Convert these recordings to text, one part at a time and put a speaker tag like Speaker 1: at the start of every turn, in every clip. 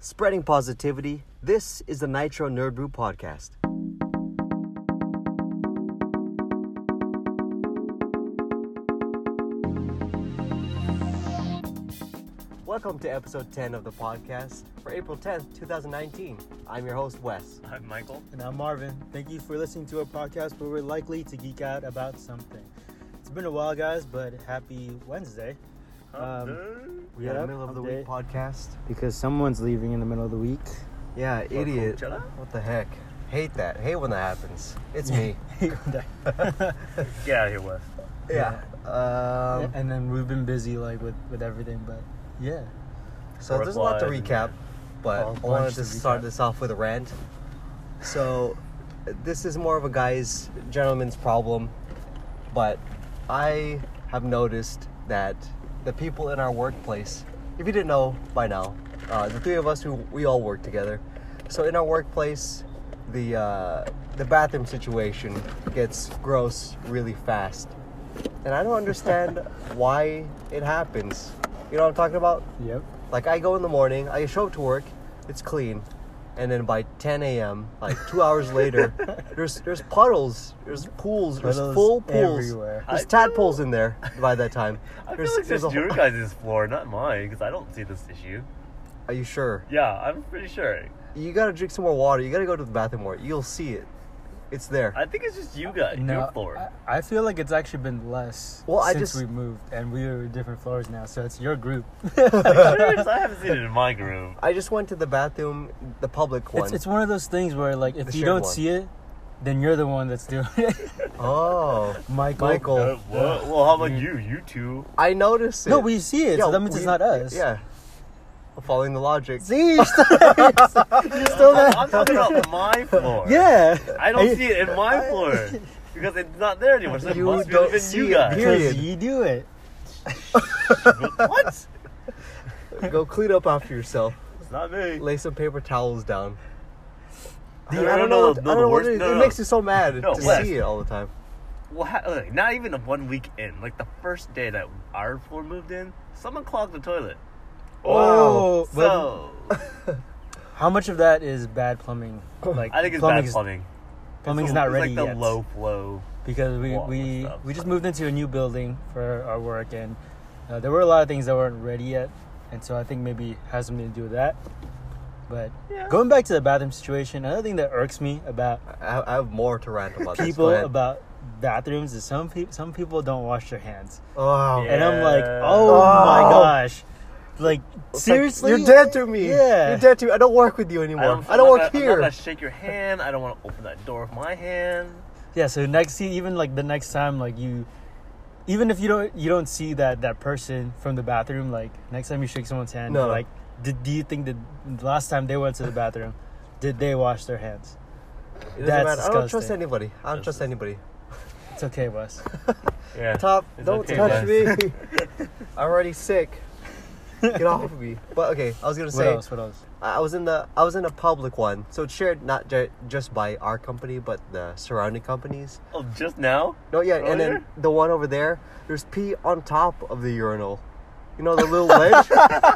Speaker 1: Spreading positivity, this is the Nitro Nerd Brew Podcast. Welcome to episode 10 of the podcast for April 10th, 2019. I'm your host, Wes.
Speaker 2: I'm Michael.
Speaker 3: And I'm Marvin. Thank you for listening to our podcast where we're likely to geek out about something. It's been a while, guys, but happy Wednesday. Um,
Speaker 2: Hello.
Speaker 1: We are a
Speaker 3: Yep,
Speaker 1: middle of the
Speaker 3: I'm
Speaker 1: week podcast.
Speaker 3: Because someone's leaving in the middle of the week.
Speaker 1: Yeah,
Speaker 2: Uh,
Speaker 1: idiot.
Speaker 2: Coachella?
Speaker 1: What the heck? Hate that. Hate when that happens. It's me.
Speaker 2: Get out of here, Wes.
Speaker 1: yeah. Um,
Speaker 3: and then we've been busy like with, with everything, but yeah.
Speaker 1: So there's a lot to
Speaker 2: Worldwide.
Speaker 1: recap, but
Speaker 3: A
Speaker 1: I
Speaker 3: bunch
Speaker 1: wanted
Speaker 3: to
Speaker 1: to start
Speaker 3: recap.
Speaker 1: this off with a rant. So this is more of a guy's gentleman's problem, but I have noticed that the people in our workplace, if you didn't know by now, uh, the three of us who we all work together. So in our workplace, the uh, the bathroom situation gets gross really fast, and I don't understand why it happens. You know what I'm talking about?
Speaker 3: Yep.
Speaker 1: Like I go in the morning, I show up to work, it's clean, and then by 10 a.m., like two hours later, there's there's puddles, there's pools, there's
Speaker 3: Puddles
Speaker 1: full pools,
Speaker 3: everywhere.
Speaker 1: there's
Speaker 2: I
Speaker 1: tadpoles in there by that time.
Speaker 2: I feel
Speaker 1: There's-
Speaker 2: like
Speaker 1: there's
Speaker 2: this
Speaker 1: a
Speaker 2: is your
Speaker 1: whole-
Speaker 2: guys' floor, not mine, because I don't see this issue.
Speaker 1: Are you sure?
Speaker 2: Yeah, I'm pretty sure.
Speaker 1: You gotta drink some more water. You gotta go to the bathroom more. You'll see it. It's there.
Speaker 2: I think it's just you guys, your floor.
Speaker 3: I, I feel like it's actually been less
Speaker 1: Well, I
Speaker 3: since
Speaker 1: just-
Speaker 3: we moved and we are different floors now, so it's your group.
Speaker 2: I'm sure, 'cause I haven't seen it in my room.
Speaker 1: I just went to the bathroom, the public one.
Speaker 3: It's, it's one of those things where like if
Speaker 1: The
Speaker 3: you
Speaker 1: shared
Speaker 3: don't
Speaker 1: one.
Speaker 3: see it, then you're the one that's doing it.
Speaker 1: Oh,
Speaker 3: Michael.
Speaker 1: Michael.
Speaker 2: Uh, what? Well, how about you? You two?
Speaker 1: I noticed it.
Speaker 3: No, we see it,
Speaker 1: Yeah,
Speaker 3: so that means it's
Speaker 1: we-
Speaker 3: not us.
Speaker 1: Yeah. Following the logic.
Speaker 3: See, you're still, you're still- you're still there.
Speaker 2: I'm talking about my floor.
Speaker 3: Yeah.
Speaker 2: I don't
Speaker 3: Hey,
Speaker 2: see it in my floor because it's not there anymore. So it
Speaker 1: You
Speaker 2: must
Speaker 1: don't
Speaker 2: have been
Speaker 1: see
Speaker 2: you
Speaker 1: it,
Speaker 2: guys.
Speaker 1: period.
Speaker 3: Because you do it.
Speaker 2: what? It's
Speaker 1: go clean up after yourself.
Speaker 2: not me.
Speaker 1: lay some paper towels down.
Speaker 2: Dude,
Speaker 1: I
Speaker 2: I
Speaker 1: don't
Speaker 2: don't
Speaker 1: know. I
Speaker 2: know, no,
Speaker 1: don't
Speaker 2: the
Speaker 1: know what
Speaker 2: worst-
Speaker 1: it is.
Speaker 2: no,
Speaker 1: It
Speaker 2: no.
Speaker 1: makes you so mad
Speaker 2: No,
Speaker 1: to
Speaker 2: Wes.
Speaker 1: see it all the time.
Speaker 2: Well, ha- like, not even one week in. Like the first day that our floor moved in, someone clogged the toilet.
Speaker 1: Wow.
Speaker 3: Oh, but
Speaker 2: So
Speaker 3: how much of that is bad plumbing? Like
Speaker 2: I think it's
Speaker 3: plumbing's,
Speaker 2: bad plumbing.
Speaker 3: Plumbing's
Speaker 2: It's a-
Speaker 3: not
Speaker 2: it's
Speaker 3: ready
Speaker 2: like the
Speaker 3: yet
Speaker 2: low flow.
Speaker 3: because we
Speaker 2: wall and
Speaker 3: we,
Speaker 2: stuff.
Speaker 3: we just moved into a new building for our work and uh, there were a lot of things that weren't ready yet, and so I think maybe it has something to do with that. But
Speaker 2: Yeah.
Speaker 3: going back to the bathroom situation, another thing that irks me about
Speaker 1: I, I have more to rant about. this. Go
Speaker 3: people
Speaker 1: ahead.
Speaker 3: about bathrooms is some people some people don't wash their hands.
Speaker 1: oh,
Speaker 2: Yeah.
Speaker 3: and I'm like,
Speaker 2: Yeah.
Speaker 3: oh,
Speaker 1: Oh.
Speaker 3: my gosh, like
Speaker 1: It's like,
Speaker 3: seriously,
Speaker 1: you're dead to me.
Speaker 3: Yeah,
Speaker 1: you're dead to me. I don't work with you anymore. I don't,
Speaker 2: I'm not
Speaker 1: work
Speaker 2: gonna-
Speaker 1: here.
Speaker 2: I'm not gonna shake your hand. I don't want to open that door with my hand.
Speaker 3: yeah. So next, see, even like the next time, like you, even if you don't you don't see that that person from the bathroom, like next time you shake someone's hand,
Speaker 1: No.
Speaker 3: like did do you think that the last time they went to the bathroom, did they wash their hands?
Speaker 1: It doesn't
Speaker 3: That's
Speaker 1: matter. I don't trust
Speaker 3: disgusting.
Speaker 1: anybody. I don't
Speaker 2: This
Speaker 1: trust
Speaker 2: is-
Speaker 1: anybody.
Speaker 3: It's okay, Wes.
Speaker 2: Yeah.
Speaker 1: Top,
Speaker 2: It's
Speaker 1: don't
Speaker 2: okay,
Speaker 1: touch
Speaker 2: guys.
Speaker 1: me. I'm already sick. Get off of me. But okay, I was gonna
Speaker 3: What
Speaker 1: say.
Speaker 3: else? What else?
Speaker 1: I I was in the I was in a public one, so it's shared not ju- just by our company but the surrounding companies.
Speaker 2: Oh, just now?
Speaker 1: No, yeah,
Speaker 3: Oh,
Speaker 1: and then
Speaker 2: Earlier?
Speaker 1: the one over there, there's pee on top of the urinal. You know the little ledge.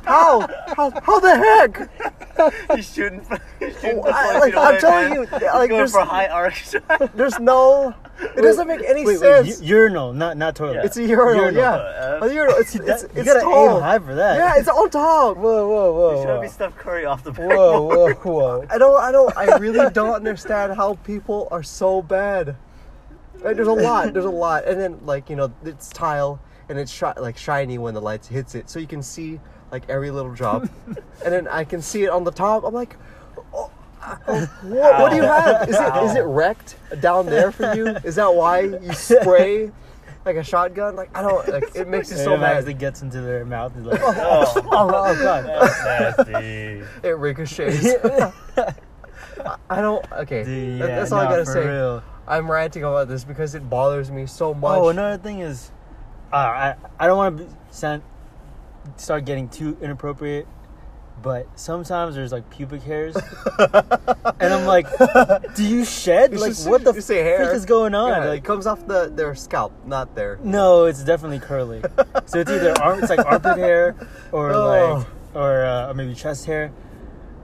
Speaker 1: how? how? How the heck?
Speaker 2: You shooting? for- You shooting
Speaker 1: Oh, I-
Speaker 2: for
Speaker 1: like,
Speaker 2: like,
Speaker 1: I'm telling you, like,
Speaker 2: going
Speaker 1: there's-
Speaker 2: for high arcs. uh,
Speaker 1: There's no. It doesn't make any
Speaker 3: Wait, wait,
Speaker 1: sense.
Speaker 3: u- urinal, not not toilet.
Speaker 2: Yeah.
Speaker 1: it's a urinal.
Speaker 3: urinal.
Speaker 1: Yeah,
Speaker 2: Uh,
Speaker 1: a urinal. It's it's,
Speaker 3: That- you
Speaker 1: it's
Speaker 3: gotta
Speaker 1: tall.
Speaker 3: aim high for that.
Speaker 1: Yeah, it's on top.
Speaker 3: whoa, whoa,
Speaker 2: you should
Speaker 3: whoa,
Speaker 2: be
Speaker 3: whoa,
Speaker 2: Steph Curry off the back.
Speaker 3: whoa, whoa, whoa.
Speaker 1: I don't. I don't. I really don't understand how people are so bad. Like, there's a lot. There's a lot, and then like you know, it's tile and it's shi- like shiny when the lights hits it, so you can see like every little drop, and then I can see it on the top. I'm like, oh, oh, what, what do you
Speaker 2: Ow.
Speaker 1: have? Is it is it wrecked down there for you? Is that why you spray like a shotgun? Like I don't. Like, it makes you so
Speaker 3: Everyone
Speaker 1: mad.
Speaker 3: actually gets into their mouth. and like,
Speaker 2: Oh,
Speaker 3: oh, oh god.
Speaker 2: that's nasty.
Speaker 1: It ricochets. I- I don't. Okay,
Speaker 3: Dude,
Speaker 1: That-
Speaker 3: yeah,
Speaker 1: that's all I
Speaker 3: no,
Speaker 1: gotta
Speaker 3: for
Speaker 1: say.
Speaker 3: real.
Speaker 1: I'm ranting about this because it bothers me so much.
Speaker 3: Oh, another thing is, uh, I I don't want to sound start getting too inappropriate, but sometimes there's like pubic hairs, and I'm like, do you shed?
Speaker 1: It's
Speaker 3: like,
Speaker 1: just-
Speaker 3: what the
Speaker 1: you say hair.
Speaker 3: frick is going on?
Speaker 1: Yeah, it
Speaker 3: like,
Speaker 1: comes off the their scalp, not their.
Speaker 3: no, it's definitely curly. so it's either arm, it's like armpit hair, or
Speaker 1: Oh.
Speaker 3: like, or uh, or maybe chest hair.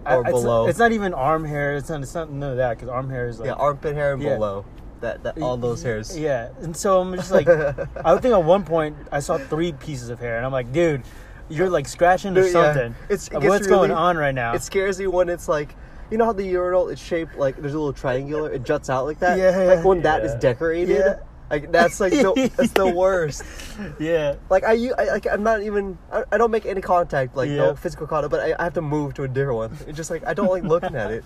Speaker 3: I-
Speaker 1: or
Speaker 3: it's-
Speaker 1: below.
Speaker 3: It's not even arm hair. It's not. It's not none of that because arm hair is like
Speaker 1: yeah, armpit hair and
Speaker 3: Yeah.
Speaker 1: below. That, that all those hairs.
Speaker 3: Yeah, and so I'm just like, I think at one point I saw three pieces of hair, and I'm like, dude, you're like scratching or
Speaker 1: Dude, yeah.
Speaker 3: something.
Speaker 1: It's- it
Speaker 3: Like,
Speaker 1: gets
Speaker 3: what's
Speaker 1: really-
Speaker 3: going on right now?
Speaker 1: It scares me when it's like, you know how the urinal is shaped like there's a little triangular, it juts out like that.
Speaker 3: Yeah,
Speaker 1: like
Speaker 3: yeah.
Speaker 1: when that is
Speaker 2: Yeah.
Speaker 1: decorated,
Speaker 3: Yeah.
Speaker 1: like that's like the, that's the worst.
Speaker 3: yeah,
Speaker 1: Like I, u- I- like I'm not even I, I don't make any contact, like
Speaker 3: Yeah.
Speaker 1: no physical contact, but I, I have to move to a different one. It's just like I don't like looking at it.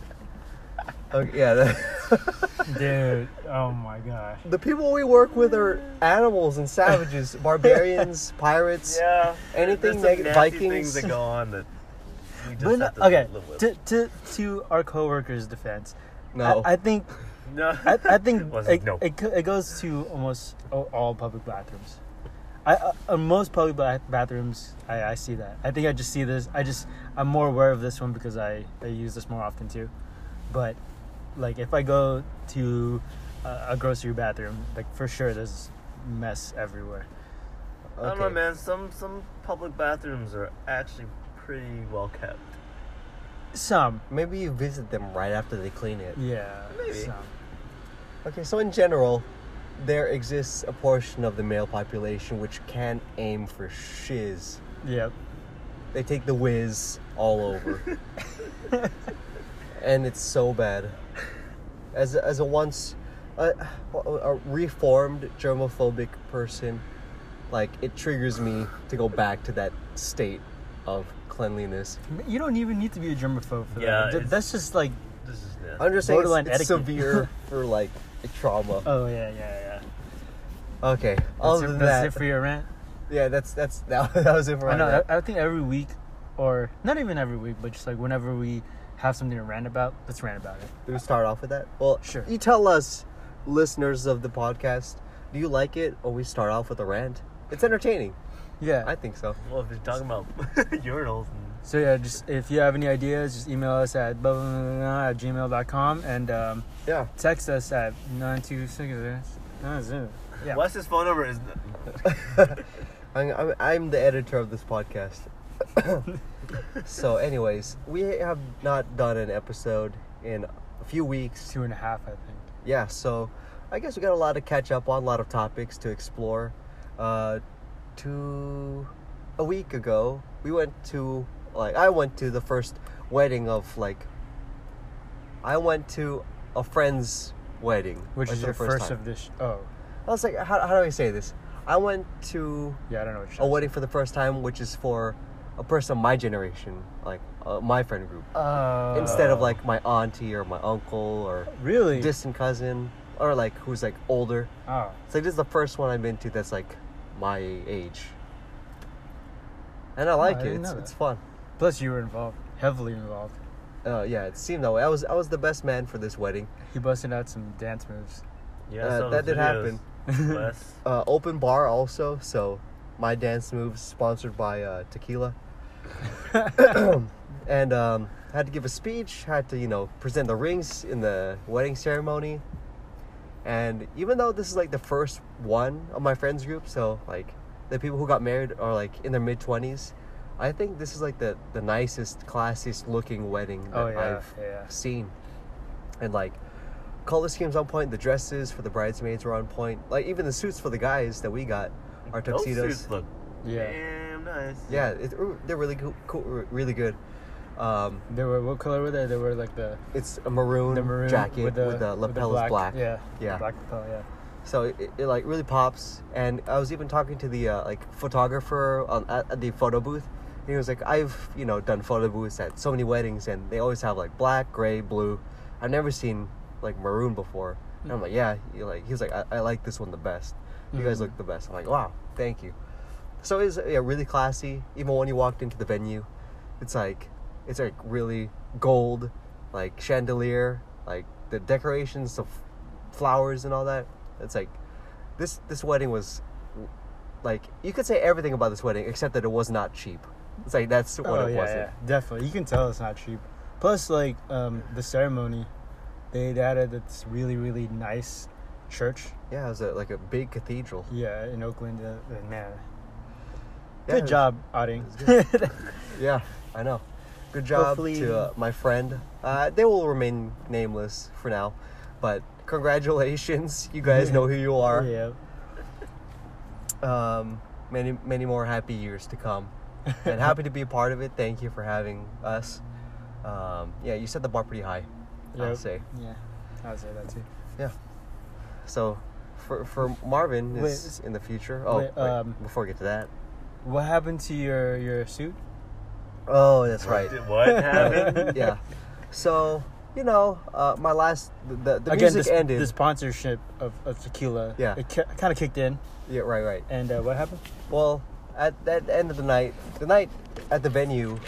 Speaker 1: Okay, yeah, the,
Speaker 3: dude. Oh my gosh.
Speaker 1: the people we work with are animals and savages, barbarians, pirates.
Speaker 2: Yeah.
Speaker 1: Anything
Speaker 2: there's some
Speaker 1: neg-
Speaker 2: nasty
Speaker 1: Vikings?
Speaker 2: things that go on that we just
Speaker 3: But no-
Speaker 2: have to
Speaker 3: okay,
Speaker 2: live with.
Speaker 3: to, to to our coworkers' defense,
Speaker 1: No.
Speaker 3: I, I think
Speaker 2: no.
Speaker 3: I, I think
Speaker 2: Was
Speaker 3: it,
Speaker 2: it- no.
Speaker 3: it, co- it goes to almost all, all public bathrooms. I, uh, on most public ba- bathrooms, I, I see that. I think I just see this. I just I'm more aware of this one because I, I use this more often too. But like if I go to a, a grocery bathroom, like for sure there's mess everywhere.
Speaker 2: I don't know, man. Some some public bathrooms are actually pretty well kept.
Speaker 3: Some,
Speaker 1: Maybe you visit them right after they clean it.
Speaker 3: yeah,
Speaker 2: Maybe.
Speaker 3: some.
Speaker 1: Okay, so in general, there exists a portion of the male population which can aim for shiz.
Speaker 3: Yep.
Speaker 1: They take the whiz all over. and it's so bad. As a, as a once a, a reformed germophobic person, like it triggers me to go back to that state of cleanliness.
Speaker 3: You don't even need to be a germaphobe for
Speaker 2: Yeah,
Speaker 3: that. Th-
Speaker 2: it's-
Speaker 3: That's just like,
Speaker 2: This is nasty.
Speaker 1: I'm just saying it's,
Speaker 3: Borderline
Speaker 1: it's
Speaker 3: etiquette.
Speaker 1: severe for like trauma.
Speaker 3: oh yeah, yeah, yeah. That's,
Speaker 1: Okay. Other
Speaker 3: it,
Speaker 1: than
Speaker 3: that's
Speaker 1: that,
Speaker 3: it for your rant.
Speaker 1: yeah, that's that's that, that was it for
Speaker 3: I
Speaker 1: my
Speaker 3: know.
Speaker 1: rant.
Speaker 3: I, I think every week, or not even every week, but just like whenever we have something to rant about, let's rant about it.
Speaker 1: Do we start off with that? Well,
Speaker 3: Sure.
Speaker 1: You tell us, listeners of the podcast, do you like it or we start off with a rant? It's entertaining.
Speaker 3: Yeah.
Speaker 1: I think so.
Speaker 2: Well, if you're talking about urinals, and
Speaker 3: so yeah, just if you have any ideas, just email us at blah, blah, blah, blah, blah, at gmail.com and um,
Speaker 1: Yeah.
Speaker 3: text us at nine two six zero. Yeah.
Speaker 2: Wes's phone number is
Speaker 1: I'm, I'm, I'm the editor of this podcast. so, anyways, we have not done an episode in a few weeks.
Speaker 3: Two and a half, I think.
Speaker 1: Yeah, so I guess we got a lot to catch up on, a lot of topics to explore. Uh, two a week ago, we went to like I went to the first wedding of like I went to a friend's wedding,
Speaker 3: Which
Speaker 1: like,
Speaker 3: is
Speaker 1: for
Speaker 3: your
Speaker 1: the
Speaker 3: first,
Speaker 1: time.
Speaker 3: of this? Sh- oh,
Speaker 1: I was like, how, how do I say this? I went to
Speaker 3: yeah, I don't know Oh, what.
Speaker 1: a wedding for the first time, which is for a person of my generation, like uh, my friend group,
Speaker 3: Uh,
Speaker 1: instead of like my auntie or my uncle or
Speaker 3: really.
Speaker 1: distant cousin or like who's like older.
Speaker 3: oh,
Speaker 1: It's like this is the first one I've been to that's like my age. And I like
Speaker 3: Oh, I
Speaker 1: it.
Speaker 3: didn't
Speaker 1: It's,
Speaker 3: know
Speaker 1: it's
Speaker 3: that.
Speaker 1: fun.
Speaker 3: plus you were involved, heavily involved.
Speaker 1: Uh, yeah, it seemed that way. I was I was the best man for this wedding.
Speaker 3: He busted out some dance moves.
Speaker 2: yeah,
Speaker 1: Uh,
Speaker 2: I saw
Speaker 1: that
Speaker 2: those
Speaker 1: did
Speaker 2: videos. Wes,
Speaker 1: Uh, open bar also, so my dance moves sponsored by uh, tequila. and um, had to give a speech. Had to you know present the rings in the wedding ceremony. And even though this is like the first one of my friends group, so like the people who got married are like in their mid twenties, I think this is like the the nicest, classiest looking wedding that
Speaker 3: Oh, yeah,
Speaker 1: I've
Speaker 3: yeah.
Speaker 1: seen. And like color schemes on point, the dresses for the bridesmaids were on point. Like even the suits for the guys that we got are
Speaker 2: those
Speaker 1: tuxedos.
Speaker 2: suits look
Speaker 3: Yeah.
Speaker 2: damn nice.
Speaker 1: yeah, it, they're really cool, cool, really good. Um,
Speaker 3: They were what color were they? They were like the
Speaker 1: it's a maroon,
Speaker 3: the maroon
Speaker 1: jacket with the, lapels black.
Speaker 3: Yeah,
Speaker 1: Yeah.
Speaker 3: black lapel. Yeah,
Speaker 1: So it, it, it, like really pops, and I was even talking to the uh, like photographer on, at, at the photo booth. And he was like, "I've you know done photo booths at so many weddings, and they always have like black, gray, blue. I've never seen like maroon before." And I'm like, "Yeah." He, like he was like, I, "I like this one the best. You guys
Speaker 3: Mhm.
Speaker 1: look the best." I'm like, "Wow, thank you." So it's yeah, really classy. Even when you walked into the venue, it's like it's like really gold, like chandelier, like the decorations of flowers and all that. It's like this this wedding was like you could say everything about this wedding except that it was not cheap. It's like that's what
Speaker 3: oh
Speaker 1: it
Speaker 3: yeah,
Speaker 1: wasn't.
Speaker 3: yeah, definitely. You can tell it's not cheap. Plus, like um, the ceremony, they they had a, this really really nice church.
Speaker 1: Yeah, it was a, like a big cathedral.
Speaker 3: Yeah, in Oakland. Uh, uh, man,
Speaker 1: Yeah, it
Speaker 3: good
Speaker 1: was-
Speaker 3: job, Auding.
Speaker 1: Yeah, I know. Good job
Speaker 3: Hopefully-
Speaker 1: to uh, my friend. Uh, they will remain nameless for now, but congratulations, you guys know who you are.
Speaker 3: Yeah.
Speaker 1: Um, many many more happy years to come, and happy to be a part of it. Thank you for having us. Um, yeah, you set the bar pretty high. I'll
Speaker 3: Yep.
Speaker 1: say.
Speaker 3: Yeah. I'll say that too.
Speaker 1: Yeah. So, for for Marvin
Speaker 3: Wait,
Speaker 1: is
Speaker 3: s-
Speaker 1: in the future. Oh,
Speaker 3: wait,
Speaker 1: wait,
Speaker 3: um,
Speaker 1: before we get to that.
Speaker 3: What happened to your your suit?
Speaker 1: Oh, that's right.
Speaker 2: Did What happened?
Speaker 1: yeah. So you know, uh, my last the the
Speaker 3: Again,
Speaker 1: music
Speaker 3: the,
Speaker 1: ended.
Speaker 3: the sponsorship of, of tequila.
Speaker 1: Yeah.
Speaker 3: It ki- kind of kicked in.
Speaker 1: Yeah, right, right.
Speaker 3: And uh, what happened?
Speaker 1: Well, at, at the end of the night, the night at the venue,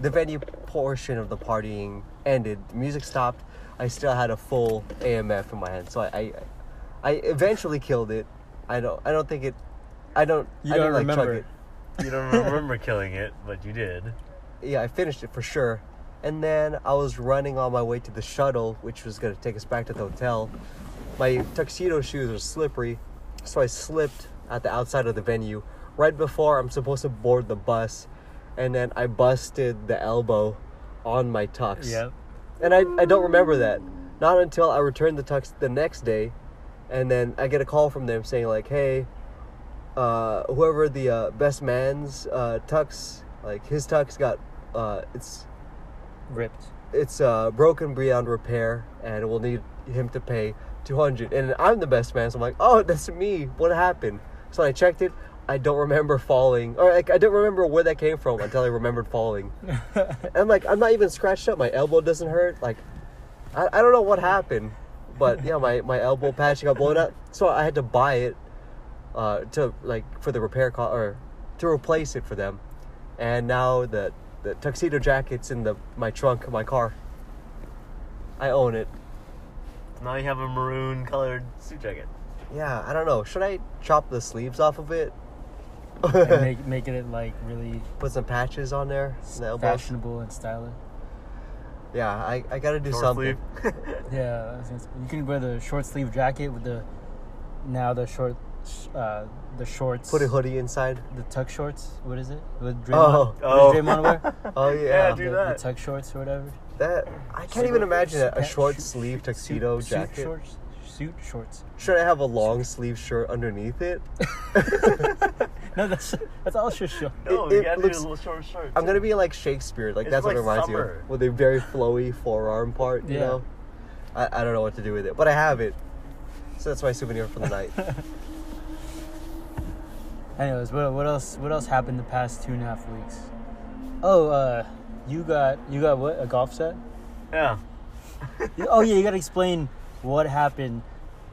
Speaker 1: the venue portion of the partying ended. The music stopped. I still had a full AMF in my hand, so I, I, I eventually killed it. I don't. I don't think it. I don't.
Speaker 3: You
Speaker 1: I
Speaker 3: don't
Speaker 1: didn't, like, chug
Speaker 3: remember.
Speaker 1: it.
Speaker 2: You don't remember killing it, but you did.
Speaker 1: yeah, I finished it for sure. And then I was running on my way to the shuttle, which was gonna take us back to the hotel. My tuxedo shoes were slippery, so I slipped at the outside of the venue right before I'm supposed to board the bus, and then I busted the elbow on my tux. And I, I don't remember that. Not until I returned the tux the next day, and then I get a call from them saying like, "Hey, uh, whoever the uh, best man's uh, tux, like his tux got, uh, it's
Speaker 3: Ripped.
Speaker 1: it's uh, broken beyond repair, and we'll need him to pay 200." And I'm the best man, so I'm like, "Oh, that's me. What happened?" So I checked it. I don't remember falling, or like I don't remember where that came from until I remembered falling. I'm like, I'm not even scratched up. My elbow doesn't hurt. Like, I, I don't know what happened, but yeah, my, my elbow patch got blown up. So I had to buy it uh, to like for the repair cost or to replace it for them. And now the the tuxedo jacket's in the my trunk of my car. I own it.
Speaker 2: Now you have a maroon colored suit jacket.
Speaker 1: Yeah, I don't know. Should I chop the sleeves off of it?
Speaker 3: and make, making it like really
Speaker 1: Put some patches on there. in The elbows?
Speaker 3: fashionable and stylish.
Speaker 1: Yeah, I, I gotta do
Speaker 2: Short
Speaker 1: something.
Speaker 2: sleeve.
Speaker 3: Yeah, I was gonna say, you can wear the short sleeve jacket with the now the short sh- uh, the shorts.
Speaker 1: Put a hoodie inside.
Speaker 3: The tuck shorts. What is it? What Draymond?
Speaker 1: Oh.
Speaker 2: Oh.
Speaker 3: What does Draymond wear?
Speaker 1: Oh yeah,
Speaker 2: Do
Speaker 3: the,
Speaker 2: that.
Speaker 3: the tuck shorts or whatever.
Speaker 1: that I can't
Speaker 2: Sleeve-
Speaker 1: even imagine a, a
Speaker 3: Pa-
Speaker 1: short
Speaker 3: shoot-
Speaker 1: sleeve
Speaker 3: shoot-
Speaker 1: tuxedo
Speaker 3: suit,
Speaker 1: jacket.
Speaker 3: Suit shorts. Suit shorts.
Speaker 1: Should I have a long sleeve shirt underneath it?
Speaker 3: No, that's that's all just short.
Speaker 2: no,
Speaker 1: It-
Speaker 2: Oh, you
Speaker 1: it
Speaker 2: gotta
Speaker 1: looks-
Speaker 2: do a little short short.
Speaker 1: I'm gonna be like Shakespeare. Like
Speaker 2: It's
Speaker 1: that's what it
Speaker 2: like
Speaker 1: reminds me
Speaker 2: summer.
Speaker 1: of, with a very flowy forearm part. You
Speaker 3: Yeah.
Speaker 1: know, I, I don't know what to do with it, but I have it, so that's my souvenir for the night.
Speaker 3: Anyways, what, what else? What else happened the past two and a half weeks? Oh, uh, you got you got what a golf set?
Speaker 2: Yeah.
Speaker 3: oh yeah, you gotta explain what happened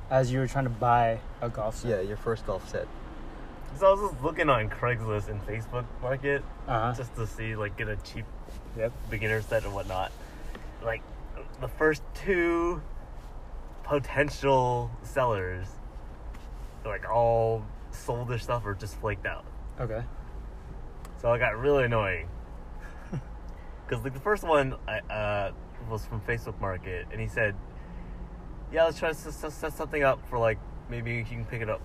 Speaker 3: as you were trying to buy a golf
Speaker 1: yeah,
Speaker 3: set.
Speaker 1: your first golf set.
Speaker 2: So I was just looking on Craigslist and Facebook Market
Speaker 3: Yeah. Uh huh.
Speaker 2: just to see, like, get a cheap
Speaker 3: Yep.
Speaker 2: beginner set and whatnot. Like, the first two potential sellers, like, all sold their stuff or just flaked out.
Speaker 3: Okay.
Speaker 2: So I got really annoying. Because like the first one I, uh, was from Facebook Market, and he said, "Yeah, let's try to s- s- set something up for like maybe you can pick it up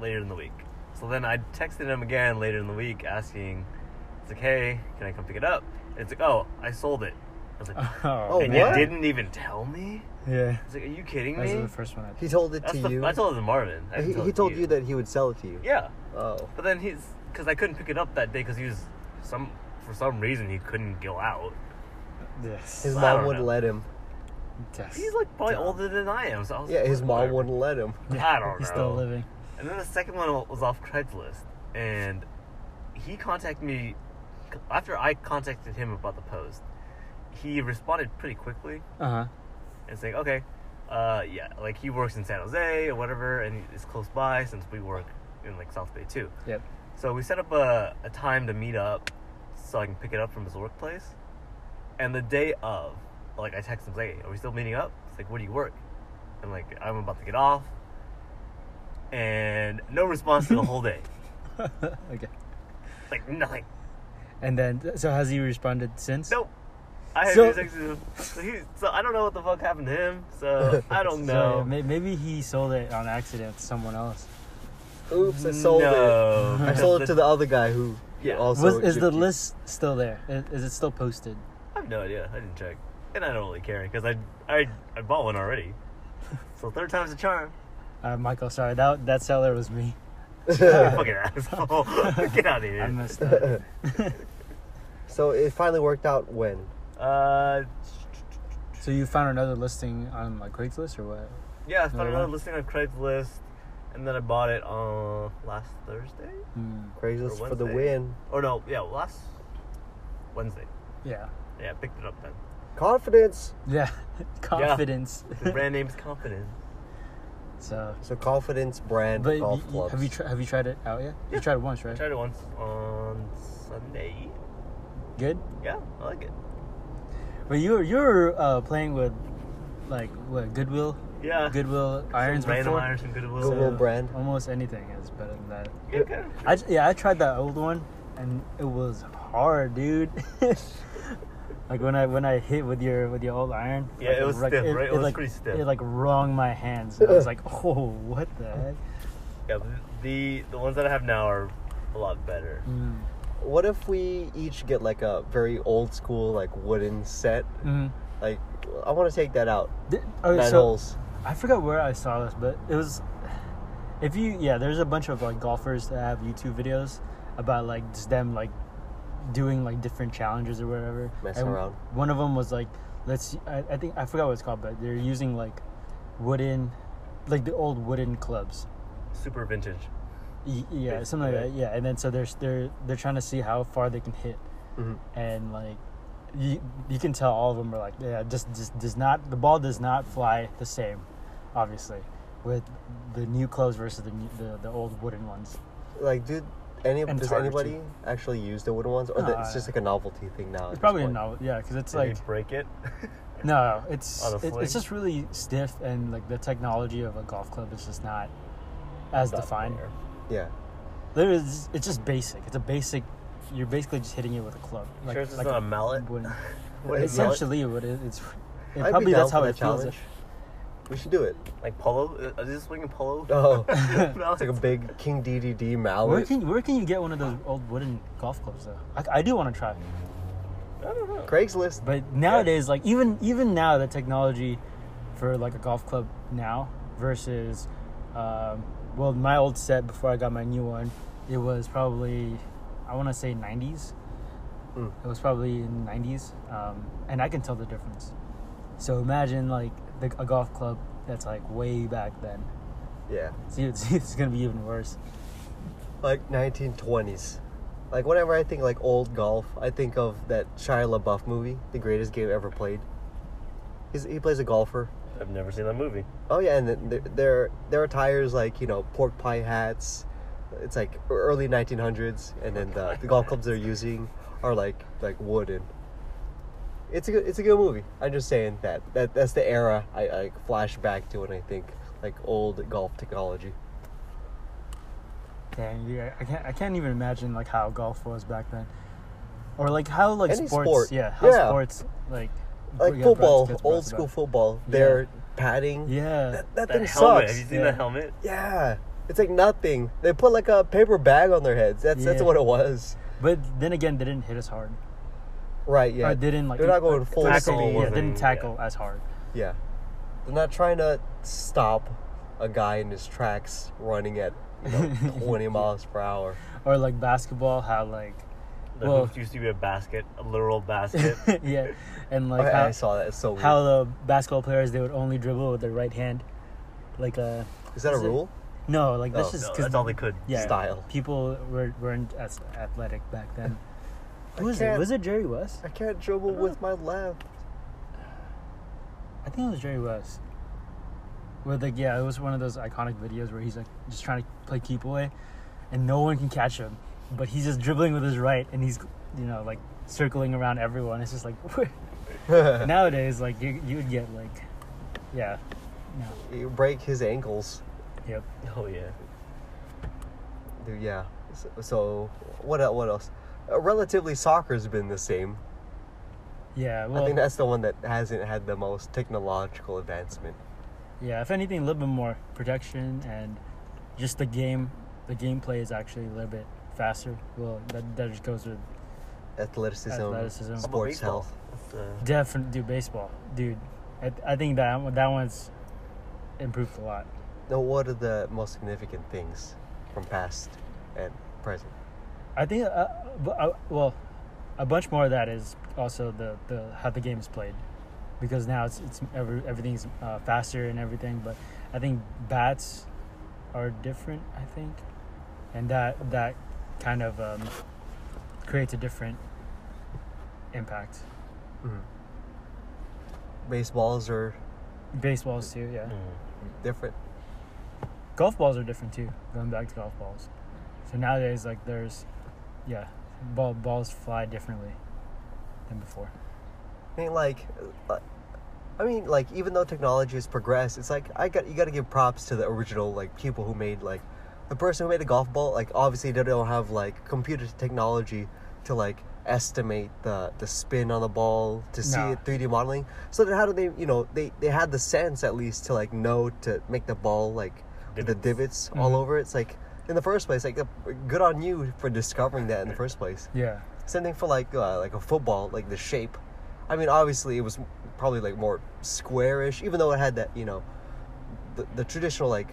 Speaker 2: later in the week." So then I texted him again later in the week asking, "It's like, hey, can I come pick it up?" And it's like, "Oh, I sold it." I was like,
Speaker 1: Oh,
Speaker 2: "And
Speaker 1: what?
Speaker 2: you didn't even tell me?"
Speaker 3: Yeah.
Speaker 2: It's like, "Are you kidding
Speaker 3: That was
Speaker 2: me?"
Speaker 3: the first one. I
Speaker 1: He told it
Speaker 2: That's
Speaker 1: to
Speaker 2: the-
Speaker 1: you.
Speaker 2: I told it to Marvin. I
Speaker 1: he,
Speaker 2: didn't tell
Speaker 1: he
Speaker 2: it to
Speaker 1: told you that he would sell it to you.
Speaker 2: Yeah.
Speaker 1: Oh.
Speaker 2: But then he's because I couldn't pick it up that day because he was some for some reason he couldn't go out.
Speaker 3: Yes.
Speaker 1: His
Speaker 2: I
Speaker 1: mom
Speaker 2: don't
Speaker 1: wouldn't
Speaker 2: know.
Speaker 1: let him.
Speaker 2: He's like probably older than I am, so I was
Speaker 1: Yeah,
Speaker 2: like,
Speaker 1: his mom
Speaker 2: whatever.
Speaker 1: wouldn't let him.
Speaker 2: I don't
Speaker 3: He's
Speaker 2: know.
Speaker 3: still living.
Speaker 2: And then the second one was off Craigslist, and he contacted me after I contacted him about the post. He responded pretty quickly
Speaker 3: Uh huh.
Speaker 2: and saying, "Okay, uh, yeah, like he works in San Jose or whatever, and it's close by since we work in like South Bay too."
Speaker 3: Yep.
Speaker 2: So we set up a, a time to meet up so I can pick it up from his workplace. And the day of, like, I text him, like, hey, are we still meeting up? It's like, where do you work? I'm like, I'm about to get off. And no response to the whole day.
Speaker 3: okay.
Speaker 2: Like, nothing.
Speaker 3: And then, so has he responded since?
Speaker 2: Nope. I have
Speaker 3: So-
Speaker 2: so, him. So, he, so I don't know what the fuck happened to him. So I don't
Speaker 3: So,
Speaker 2: know.
Speaker 3: yeah, may- maybe he sold it on accident to someone else.
Speaker 1: Oops, I sold it.
Speaker 2: no.
Speaker 1: I sold it to the other guy who
Speaker 2: Yeah.
Speaker 1: also.
Speaker 3: Was, is the
Speaker 1: gypped you.
Speaker 3: list still there? Is, is it still posted?
Speaker 2: have no idea. I didn't check, and I don't really care because I I I bought one already. So third time's a charm.
Speaker 3: All right, Uh, Michael. Sorry, that that seller was me.
Speaker 2: You fucking asshole. Get out of
Speaker 3: I
Speaker 2: here.
Speaker 3: messed up.
Speaker 1: So it finally worked out when?
Speaker 2: Uh,
Speaker 3: so you found another listing on like Craigslist or what?
Speaker 2: yeah, I found
Speaker 3: Another
Speaker 2: another
Speaker 3: one?
Speaker 2: listing on Craigslist, and then I bought it on last Thursday.
Speaker 3: Hmm,
Speaker 1: Craigslist
Speaker 2: For
Speaker 1: for the
Speaker 2: Wednesday.
Speaker 1: win.
Speaker 2: Or no, yeah, last Wednesday.
Speaker 3: yeah.
Speaker 2: Yeah, I picked it up then.
Speaker 1: Confidence.
Speaker 3: Yeah. Confidence.
Speaker 2: The brand name's Confidence.
Speaker 3: so.
Speaker 1: So confidence brand
Speaker 3: But
Speaker 1: golf
Speaker 3: y- y-
Speaker 1: clubs.
Speaker 3: have you tri- have you tried it out yet?
Speaker 2: Yeah.
Speaker 3: You tried it once,
Speaker 2: I
Speaker 3: right?
Speaker 2: tried it once on Sunday.
Speaker 3: Good.
Speaker 2: Yeah, I like it.
Speaker 3: But you were you were uh, playing with like what Goodwill,
Speaker 2: Yeah.
Speaker 3: Goodwill irons
Speaker 2: Some random
Speaker 3: before.
Speaker 2: irons from Goodwill.
Speaker 1: Goodwill brand.
Speaker 3: Almost anything is better than that.
Speaker 2: Yeah, okay.
Speaker 3: I j- yeah I tried that old one and it was hard, dude. like when I when I hit with your with your old iron.
Speaker 2: Yeah,
Speaker 3: like,
Speaker 2: it was
Speaker 3: wrecked-
Speaker 2: stiff, right? It was
Speaker 3: like,
Speaker 2: pretty stiff.
Speaker 3: It like wrung my hands. And I was like, oh, what the heck?
Speaker 2: Yeah, the the ones that I have now are a lot better.
Speaker 3: Mm.
Speaker 1: What if we each get like a very old school like wooden set?
Speaker 3: Mm.
Speaker 1: Like I want to take that out.
Speaker 3: Th- okay,
Speaker 1: Nine
Speaker 3: so-
Speaker 1: holes.
Speaker 3: I forgot where I saw this, but it was if you yeah, there's a bunch of like golfers that have YouTube videos about like just them like doing like different challenges or whatever.
Speaker 1: Messing
Speaker 3: And
Speaker 1: around.
Speaker 3: One of them was like let's I, I think I forgot what it's called, but they're using like wooden like the old wooden clubs.
Speaker 2: Super vintage.
Speaker 3: Y- yeah, something like that. Yeah, and then so they're they're they're trying to see how far they can hit,
Speaker 1: Mhm.
Speaker 3: and like you you can tell all of them are like yeah just just does not the ball does not fly the same, obviously, with the new clubs versus the new, the, the old wooden ones.
Speaker 1: Like, dude, any
Speaker 3: And
Speaker 1: does
Speaker 3: target
Speaker 1: anybody
Speaker 3: you.
Speaker 1: actually use the wooden ones, or
Speaker 3: No,
Speaker 1: that it's
Speaker 3: I-
Speaker 1: just like a novelty thing now? at
Speaker 3: It's
Speaker 1: this
Speaker 3: probably a
Speaker 1: point?
Speaker 3: novel, yeah, because it's
Speaker 2: Did like,
Speaker 3: like
Speaker 2: break it?
Speaker 3: no, it's
Speaker 2: On a
Speaker 3: it,
Speaker 2: fling?
Speaker 3: it's just really stiff and like the technology of a golf club is just not as
Speaker 2: Not
Speaker 3: defined.
Speaker 2: there.
Speaker 1: Yeah,
Speaker 3: There is it's just basic. It's a basic. You're basically just hitting it with a club.
Speaker 2: sure it's just not a mallet?
Speaker 3: wooden-
Speaker 2: What is mallet?
Speaker 3: Essentially, what it, it's it
Speaker 1: I'd
Speaker 3: probably
Speaker 1: be down
Speaker 3: that's
Speaker 1: for
Speaker 3: how
Speaker 1: that
Speaker 3: it feels.
Speaker 1: challenge. We should do it.
Speaker 2: Like polo? Uh, Are they swinging polo?
Speaker 1: Oh,
Speaker 2: Mallet.
Speaker 1: it's like a big King DDD
Speaker 3: Where
Speaker 1: mallet.
Speaker 3: can where can you get one of those old wooden golf clubs though? I, I do want to try,
Speaker 2: I don't know.
Speaker 1: Craigslist.
Speaker 3: but nowadays, like even even now, the technology for like a golf club now versus, um, well, my old set before I got my new one, it was probably I want to say '90s.
Speaker 1: Mm.
Speaker 3: It was probably in '90s, um, and I can tell the difference. So imagine like the, a golf club that's like way back then.
Speaker 1: Yeah,
Speaker 3: See, it's, it's gonna be even worse.
Speaker 1: like 1920s. Like whenever I think like old golf, I think of that Shia LaBeouf movie, The Greatest Game Ever Played. He's, he plays a golfer.
Speaker 2: I've never seen that movie.
Speaker 1: Oh yeah, and then there there, there are tires like you know pork pie hats. It's like early 1900s, and then the, the golf clubs they're using are like like wooden. It's a good it's a good movie. I'm just saying that that that's the era I, I flash back to when I think like old golf technology.
Speaker 3: Dang, yeah, I can't. I can't even imagine like how golf was back then, or like how like
Speaker 1: Any
Speaker 3: sports.
Speaker 1: sport,
Speaker 3: Yeah, how
Speaker 1: yeah.
Speaker 3: sports like
Speaker 1: Like
Speaker 3: yeah,
Speaker 1: football,
Speaker 3: gets brought
Speaker 1: old
Speaker 3: to
Speaker 1: school
Speaker 3: back.
Speaker 1: football. They're padding.
Speaker 3: Yeah,
Speaker 1: That, that,
Speaker 2: That
Speaker 1: thing
Speaker 2: helmet.
Speaker 1: sucks.
Speaker 2: Have you seen
Speaker 3: yeah.
Speaker 2: that helmet?
Speaker 1: Yeah, it's like nothing. They put like a paper bag on their heads. That's that's
Speaker 3: Yeah.
Speaker 1: what it was.
Speaker 3: but then again, they didn't hit as hard.
Speaker 1: Right? Yeah.
Speaker 3: Or they didn't like.
Speaker 1: They're not going full
Speaker 3: tackle.
Speaker 1: speed.
Speaker 3: Yeah, they didn't
Speaker 2: Yeah.
Speaker 3: tackle as hard.
Speaker 1: Yeah. They're not trying to stop a guy in his tracks running at you know, 20 miles per hour.
Speaker 3: Or like basketball, how like
Speaker 2: The
Speaker 3: Well-
Speaker 2: hoop used to be a basket, a literal basket.
Speaker 3: yeah, and like
Speaker 1: Okay,
Speaker 3: how
Speaker 1: I saw that. It's so weird.
Speaker 3: how the basketball players they would only dribble with their right hand, like uh
Speaker 1: Is that a
Speaker 3: is it-
Speaker 1: rule?
Speaker 3: no like that's
Speaker 1: Oh,
Speaker 3: just
Speaker 2: no,
Speaker 3: because
Speaker 2: that's all they could.
Speaker 3: yeah
Speaker 1: Style.
Speaker 3: people were weren't as athletic back then. Who was it?
Speaker 1: can't-
Speaker 3: Was it Jerry West?
Speaker 1: I can't dribble with my left.
Speaker 3: I think it was Jerry West. With like, yeah, it was one of those iconic videos where he's like just trying to play keep away, and no one can catch him, but he's just dribbling with his right, and he's you know like circling around everyone. It's just like nowadays, like you you would get like, yeah, no,
Speaker 1: You break his ankles.
Speaker 3: yep.
Speaker 2: Oh, yeah.
Speaker 1: Dude, yeah. So, so what, el- what else? Uh, relatively, soccer's been the same.
Speaker 3: Yeah, well,
Speaker 1: I think that's the one that hasn't had the most technological advancement.
Speaker 3: yeah. If anything, a little bit more protection and just the game. The gameplay is actually a little bit faster. Well, that, that just goes with
Speaker 1: Athleticism,
Speaker 3: Athleticism.
Speaker 1: sports
Speaker 2: Baseball.
Speaker 1: health.
Speaker 2: That's, uh,
Speaker 3: Definitely, dude, baseball, dude. I, I think that one- that one's improved a lot.
Speaker 1: Now, what are the most significant things from past and present?
Speaker 3: I think, uh, bu- uh, well, a bunch more of that is also the, the how the game is played, because now it's it's every, everything's uh, faster and everything. But I think bats are different. I think, and that that kind of um, creates a different impact.
Speaker 1: Baseballs are
Speaker 3: Baseballs too, yeah.
Speaker 2: mm.
Speaker 1: different.
Speaker 3: Golf balls are different too. Going back to golf balls, so nowadays like there's, yeah, ball balls fly differently than before.
Speaker 1: I mean, like, uh, I mean, like, even though technology has progressed, it's like I got you got to give props to the original like people who made like the person who made the golf ball. Like, obviously they don't have like computer technology to like estimate the the spin on the ball to see
Speaker 3: Nah.
Speaker 1: it 3D modeling. So then, how do they, you know, they they had the sense at least to like know to make the ball like with the divots all
Speaker 3: Mhm.
Speaker 1: over. it. It's like in the first place, like good on you for discovering that in the first place.
Speaker 3: Yeah.
Speaker 1: Same thing for like uh, like a football, like the shape. I mean, obviously it was probably like more squarish, even though it had that you know, the, the traditional like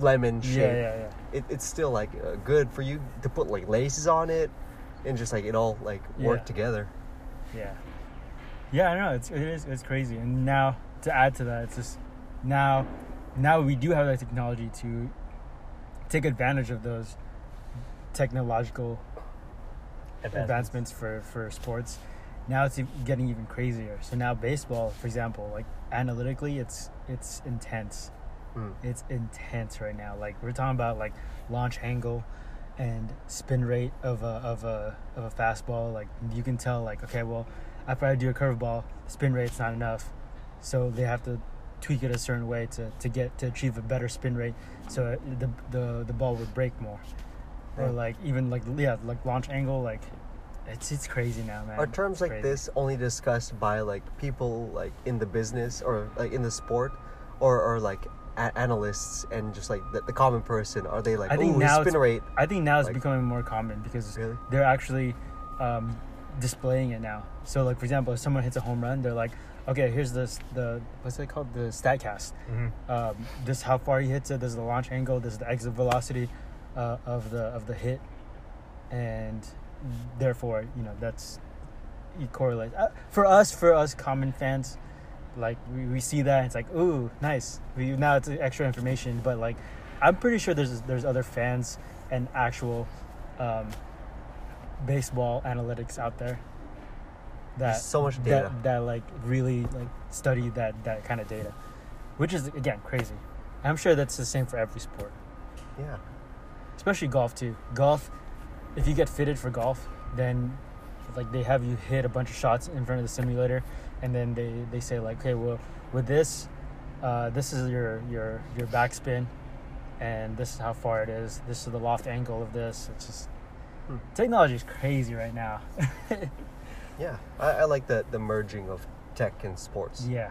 Speaker 1: lemon shape.
Speaker 3: Yeah, yeah, yeah.
Speaker 1: It, it's still like uh, good for you to put like laces on it, and just like it all like work
Speaker 3: Yeah.
Speaker 1: together.
Speaker 3: Yeah. Yeah, I know. It's it is it's crazy. And now to add to that, it's just now now we do have that technology to take advantage of those technological advancements for for sports. Now it's ev- getting even crazier. So now baseball, for example, like analytically, it's it's intense.
Speaker 1: Mm.
Speaker 3: It's intense right now. Like we're talking about like launch angle and spin rate of a of a of a fastball. Like you can tell like okay, well, if I do a curveball, spin rate's not enough. So they have to tweak it a certain way to, to get to achieve a better spin rate, so it- the the the ball would break more. Or
Speaker 1: Yeah.
Speaker 3: like even like yeah like launch angle like it's it's crazy now, man.
Speaker 1: Are terms
Speaker 3: It's
Speaker 1: like
Speaker 3: crazy.
Speaker 1: this only discussed by like people like in the business or like in the sport, or or like a- analysts and just like the, the common person? Are they like
Speaker 3: I think
Speaker 1: ooh, his
Speaker 3: now
Speaker 1: spin
Speaker 3: it's-
Speaker 1: rate?
Speaker 3: I think now it's
Speaker 1: like-
Speaker 3: becoming more common because
Speaker 1: Really?
Speaker 3: they're actually um, displaying it now. So like for example, if someone hits a home run, they're like, okay, here's this the what's it called the Statcast.
Speaker 2: Mhm.
Speaker 1: Mm-hmm.
Speaker 3: Um, this is how far he hits it. This is the launch angle. This is the exit velocity uh, of the of the hit, and therefore you know that's it correlates uh, for us for us common fans. Like we, we see that it's like ooh nice. We, now it's extra information, but like I'm pretty sure there's there's other fans and actual um, baseball analytics out there that
Speaker 1: There's so much data.
Speaker 3: that, that like really like study that that kind of data, which is again crazy. I'm sure that's the same for every sport,
Speaker 1: Yeah.
Speaker 3: especially golf too. Golf, if you get fitted for golf, then like they have you hit a bunch of shots in front of the simulator, and then they they say like, okay, well with this, uh, this is your your your backspin, and this is how far it is. This is the loft angle of this. It's just
Speaker 1: Hmm.
Speaker 3: technology is crazy right now.
Speaker 1: Yeah, I, I like the, the merging of tech and sports.
Speaker 3: yeah,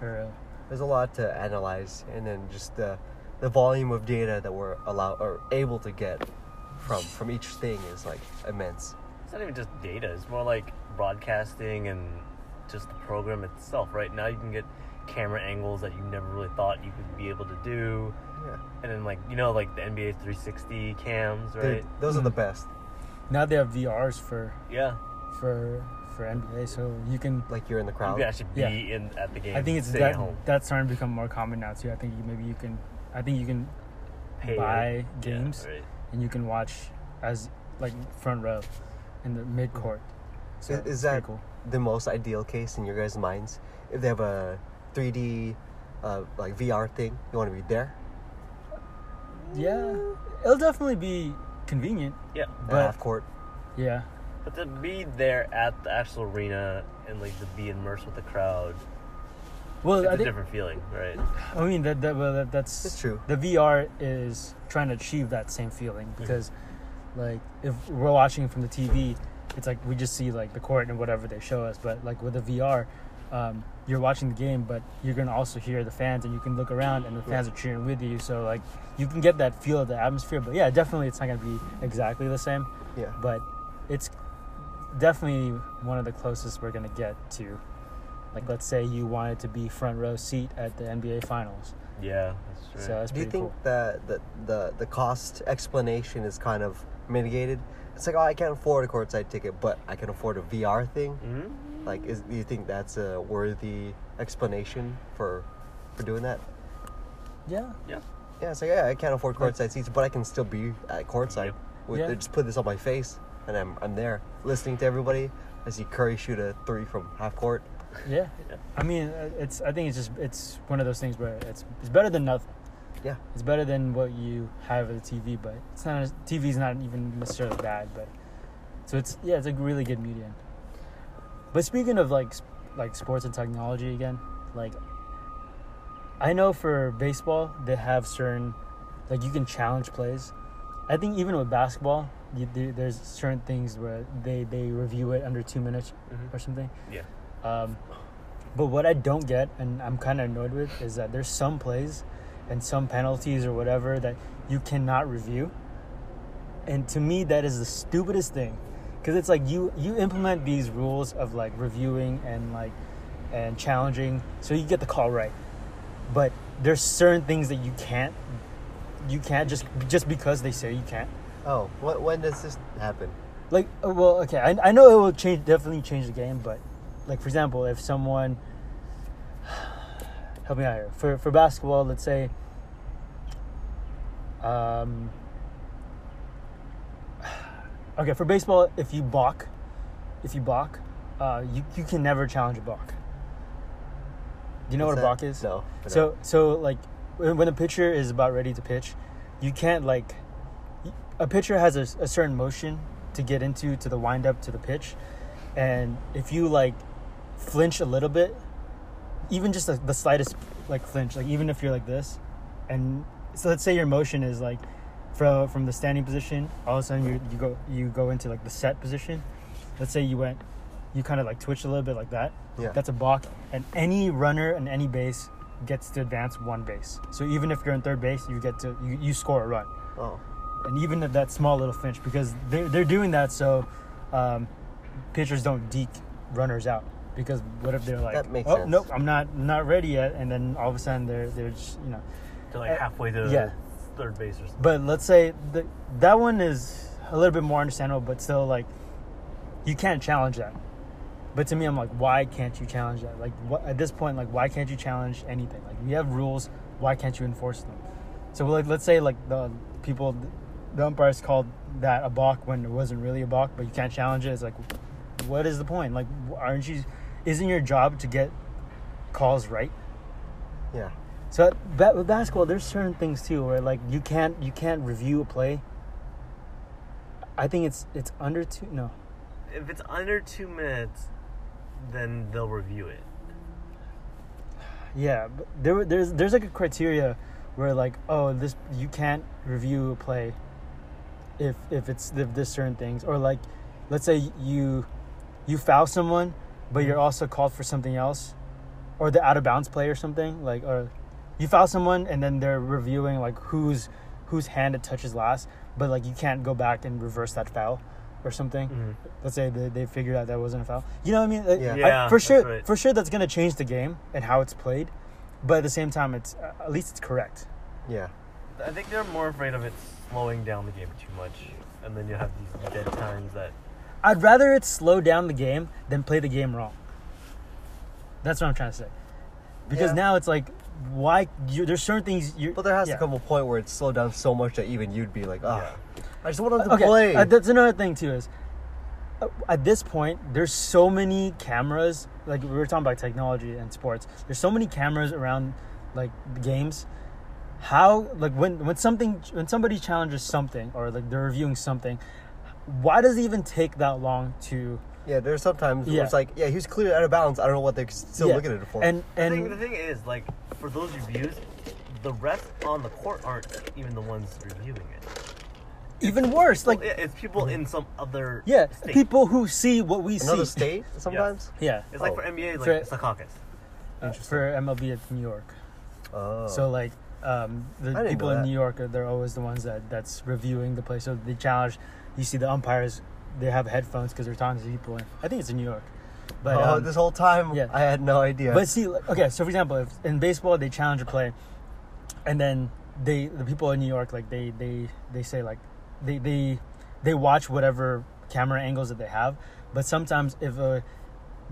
Speaker 3: for real.
Speaker 1: There's a lot to analyze, and then just the the volume of data that we're allow or able to get from from each thing is like immense.
Speaker 2: It's not even just data. It's more like broadcasting and just the program itself. Right now, you can get camera angles that you never really thought you could be able to do,
Speaker 1: Yeah,
Speaker 2: and then like you know like the NBA 360 cams,
Speaker 1: Dude,
Speaker 2: right?
Speaker 1: those are the
Speaker 3: Mhm.
Speaker 1: best.
Speaker 3: Now they have VRs for
Speaker 2: yeah,
Speaker 3: for for NBA, so you can.
Speaker 1: Like you're in the
Speaker 2: you
Speaker 1: crowd.
Speaker 2: can actually be
Speaker 3: Yeah.
Speaker 2: in at the game.
Speaker 3: I think it's
Speaker 2: sitting at
Speaker 3: that
Speaker 2: home.
Speaker 3: that's starting to become more common now too. I think you, maybe you can. I think you can
Speaker 2: Pay,
Speaker 3: buy
Speaker 2: right?
Speaker 3: games
Speaker 2: Yeah, right.
Speaker 3: and you can watch as like front row in the mid court. So
Speaker 1: Is-
Speaker 3: it's
Speaker 1: is
Speaker 3: pretty
Speaker 1: that
Speaker 3: cool?
Speaker 1: the most ideal case in your guys' minds? If they have a 3D uh, like VR thing, you want to be there
Speaker 3: Yeah, it'll definitely be convenient.
Speaker 2: Yeah,
Speaker 1: at
Speaker 3: But-
Speaker 1: half court.
Speaker 3: Yeah,
Speaker 2: but to be there at the actual arena and like to be immersed with the crowd,
Speaker 3: well,
Speaker 2: it's
Speaker 3: I
Speaker 2: a
Speaker 3: think
Speaker 2: different feeling, right?
Speaker 3: I mean that, that, well, that that's
Speaker 1: It's true.
Speaker 3: The VR is trying to achieve that same feeling because, like, if we're watching it from the TV, it's like we just see like the court and whatever they show us. But like with the VR, um, you're watching the game, but you're gonna also hear the fans and you can look around and the fans are cheering with you. So like you can get that feel of the atmosphere. But yeah, definitely it's not gonna be exactly the same,
Speaker 1: Yeah,
Speaker 3: but it's definitely one of the closest we're gonna get to. Like, let's say you wanted to be front row seat at the NBA Finals,
Speaker 2: Yeah, that's true.
Speaker 3: so that's
Speaker 1: Do you
Speaker 3: pretty
Speaker 1: think
Speaker 3: cool.
Speaker 1: that the, the the cost explanation is kind of mitigated? It's like, oh, I can't afford a courtside ticket, but I can afford a VR thing.
Speaker 2: Mm?
Speaker 1: Like, is, do you think that's a worthy explanation for for doing that?
Speaker 3: Yeah,
Speaker 2: Yeah.
Speaker 1: Yeah, it's like, yeah, I can't afford
Speaker 3: Right.
Speaker 1: courtside seats, but I can still be at courtside.
Speaker 2: Yep.
Speaker 1: With,
Speaker 3: Yeah.
Speaker 1: They just put this on my face, and I'm I'm there listening to everybody. I see Curry shoot a three from half court.
Speaker 3: yeah. I mean, uh, it's. I think it's just it's one of those things where it's it's better than nothing.
Speaker 1: Yeah,
Speaker 3: It's better than what you have at the TV, but it's not. as- TV's not even necessarily bad, but so it's yeah, it's a really good medium. But speaking of like sp- like sports and technology again, like I know for baseball they have certain like you can challenge plays. I think even with basketball, you, there- there's certain things where they they review it under two minutes
Speaker 2: Mhm.
Speaker 3: or something.
Speaker 2: Yeah.
Speaker 3: Um, but what I don't get, and I'm kind of annoyed with, is that there's some plays and some penalties or whatever that you cannot review. And to me, that is the stupidest thing, because it's like you you implement these rules of like reviewing and like and challenging, so you get the call right. But there's certain things that you can't you can't just just because they say you can't.
Speaker 1: Oh, wh- when does this happen?
Speaker 3: Like, uh, well, okay, I, I know it will change, definitely change the game, but like for example, if someone help me out here for for basketball, let's say, um, okay, for baseball, if you balk, if you balk, uh, you you can never challenge a balk. Do you know
Speaker 1: What's
Speaker 3: what a balk
Speaker 1: that?
Speaker 3: is?
Speaker 1: No. I
Speaker 3: So
Speaker 1: don't.
Speaker 3: so like when when the pitcher is about ready to pitch, you can't like y- a pitcher has a, s- a certain motion to get into to the windup to the pitch, and if you like flinch a little bit, even just the, the slightest like flinch, like even if you're like this, and so let's say your motion is like from from the standing position, all of a sudden you you go you go into like the set position. Let's say you went, you kind of like twitched a little bit like that.
Speaker 1: Yeah.
Speaker 3: That's a balk, and any runner and any base gets to advance one base. So even if you're in third base, you get to you, you score a run
Speaker 1: oh,
Speaker 3: and even at that small little finch because they're, they're doing that so um, pitchers don't deke runners out because what if they're like
Speaker 1: That makes
Speaker 3: oh
Speaker 1: sense.
Speaker 3: nope i'm not not ready yet and then all of a sudden they're they're just you know
Speaker 2: They're like halfway to
Speaker 3: Uh, yeah.
Speaker 2: third base or something.
Speaker 3: but let's say the, that one is a little bit more understandable but still like you can't challenge that but to me i'm like why can't you challenge that like what, at this point like why can't you challenge anything like we have rules why can't you enforce them so like let's say like the people the umpires called that a balk when it wasn't really a balk but you can't challenge it it's like what is the point like aren't you isn't your job to get calls right
Speaker 1: yeah.
Speaker 3: so at ba- with basketball, there's certain things too where like you can't you can't review a play. I think it's it's under two. No,
Speaker 2: If it's under two minutes, then they'll review it.
Speaker 3: yeah, but there were- there's there's like a criteria where like oh this you can't review a play if if it's if there's certain things or like let's say you you foul someone but you're also called for something else or the out of bounds play or something like or you foul someone and then they're reviewing like whose whose hand it touches last but like you can't go back and reverse that foul or something let's say they, they figured out that wasn't a foul you know what i mean Like,
Speaker 1: Yeah.
Speaker 3: I-
Speaker 2: Mm-hmm. Yeah,
Speaker 3: for
Speaker 2: that's
Speaker 3: sure
Speaker 2: right.
Speaker 3: for sure that's going to change the game and how it's played but at the same time it's at least it's correct
Speaker 1: Yeah.
Speaker 2: I think they're more afraid of it slowing down the game too much, and then you have these dead times that.
Speaker 3: I'd rather it slow down the game than play the game wrong. That's what I'm trying to say. Because
Speaker 2: Yeah.
Speaker 3: now it's like, why? You, there's certain things. you
Speaker 1: But there has
Speaker 3: yeah.
Speaker 1: to come a point where it's slowed down so much that even you'd be like, ah, I just wanted to
Speaker 3: Okay,
Speaker 1: play.
Speaker 3: uh, that's another thing too is, uh, at this point, there's so many cameras. Like we were talking about technology and sports. There's so many cameras around, like the games. How like when when something when somebody challenges something or like they're reviewing something, why does it even take that long to?
Speaker 1: yeah, there's sometimes where
Speaker 3: Yeah.
Speaker 1: it's like, yeah, he was clearly out of bounds. I don't know what they're still
Speaker 3: Yeah,
Speaker 1: looking at it for.
Speaker 3: And
Speaker 2: The
Speaker 3: and
Speaker 2: thing, the thing is, like, for those reviews, the refs on the court aren't even the ones reviewing it.
Speaker 3: even worse, like
Speaker 2: Well, yeah, it's people in some other.
Speaker 3: Yeah,
Speaker 2: state.
Speaker 3: people who see what we
Speaker 1: another
Speaker 3: see.
Speaker 1: state sometimes.
Speaker 3: Yeah,
Speaker 2: It's like
Speaker 1: Oh.
Speaker 2: for NBA, like
Speaker 3: For-
Speaker 2: it's the caucus.
Speaker 3: uh, for MLB at New York.
Speaker 1: Oh,
Speaker 3: So like um, the
Speaker 1: didn't
Speaker 3: people
Speaker 1: know
Speaker 3: in
Speaker 1: that.
Speaker 3: New York, are, they're always the ones that that's reviewing the play. So the challenge, you see the umpires they have headphones because they're talking to people. And I think it's in New York, but
Speaker 1: oh,
Speaker 3: um,
Speaker 1: this whole time,
Speaker 3: yeah.
Speaker 1: I had no idea.
Speaker 3: But see, like, okay, so for example, if in baseball they challenge a play, and then they the people in New York like they they they say like they they they watch whatever camera angles that they have, but sometimes if uh,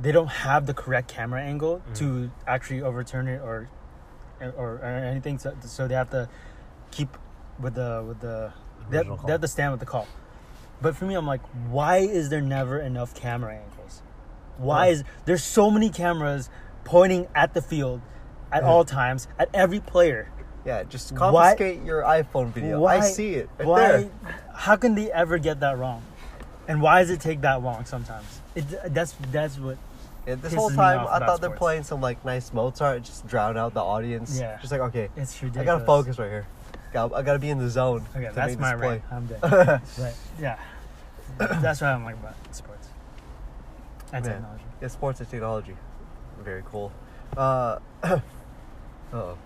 Speaker 3: they don't have the correct camera angle
Speaker 1: Mm-hmm.
Speaker 3: to actually overturn it or or, or anything, so, so they have to keep with the with the they have,
Speaker 2: Original
Speaker 3: they have to stand with the call. But for me, I'm like, why is there never enough camera angles? Why
Speaker 1: Yeah.
Speaker 3: is there's so many cameras pointing at the field at
Speaker 1: Mm-hmm.
Speaker 3: all times at every player?
Speaker 1: yeah, just
Speaker 3: Why-
Speaker 1: confiscate your iPhone video.
Speaker 3: Why
Speaker 1: I see it. Right
Speaker 3: why?
Speaker 1: There.
Speaker 3: How can they ever get that wrong? And why does it take that long sometimes? It, that's that's what.
Speaker 1: Yeah, this
Speaker 3: pisses
Speaker 1: whole
Speaker 3: me
Speaker 1: time,
Speaker 3: off
Speaker 1: I
Speaker 3: about
Speaker 1: thought they're
Speaker 3: sports.
Speaker 1: playing some like nice Mozart, just drown out the audience.
Speaker 3: Yeah.
Speaker 1: Just like okay,
Speaker 3: It's
Speaker 1: I
Speaker 3: ridiculous.
Speaker 1: gotta focus right here. Got, I gotta be in the zone.
Speaker 3: Okay,
Speaker 1: to
Speaker 3: that's
Speaker 1: make
Speaker 3: my
Speaker 1: this play.
Speaker 3: right. I'm dead. but yeah, that's what I'm like about sports and
Speaker 1: Man.
Speaker 3: technology.
Speaker 1: Yeah, sports and technology, very cool. Uh, oh,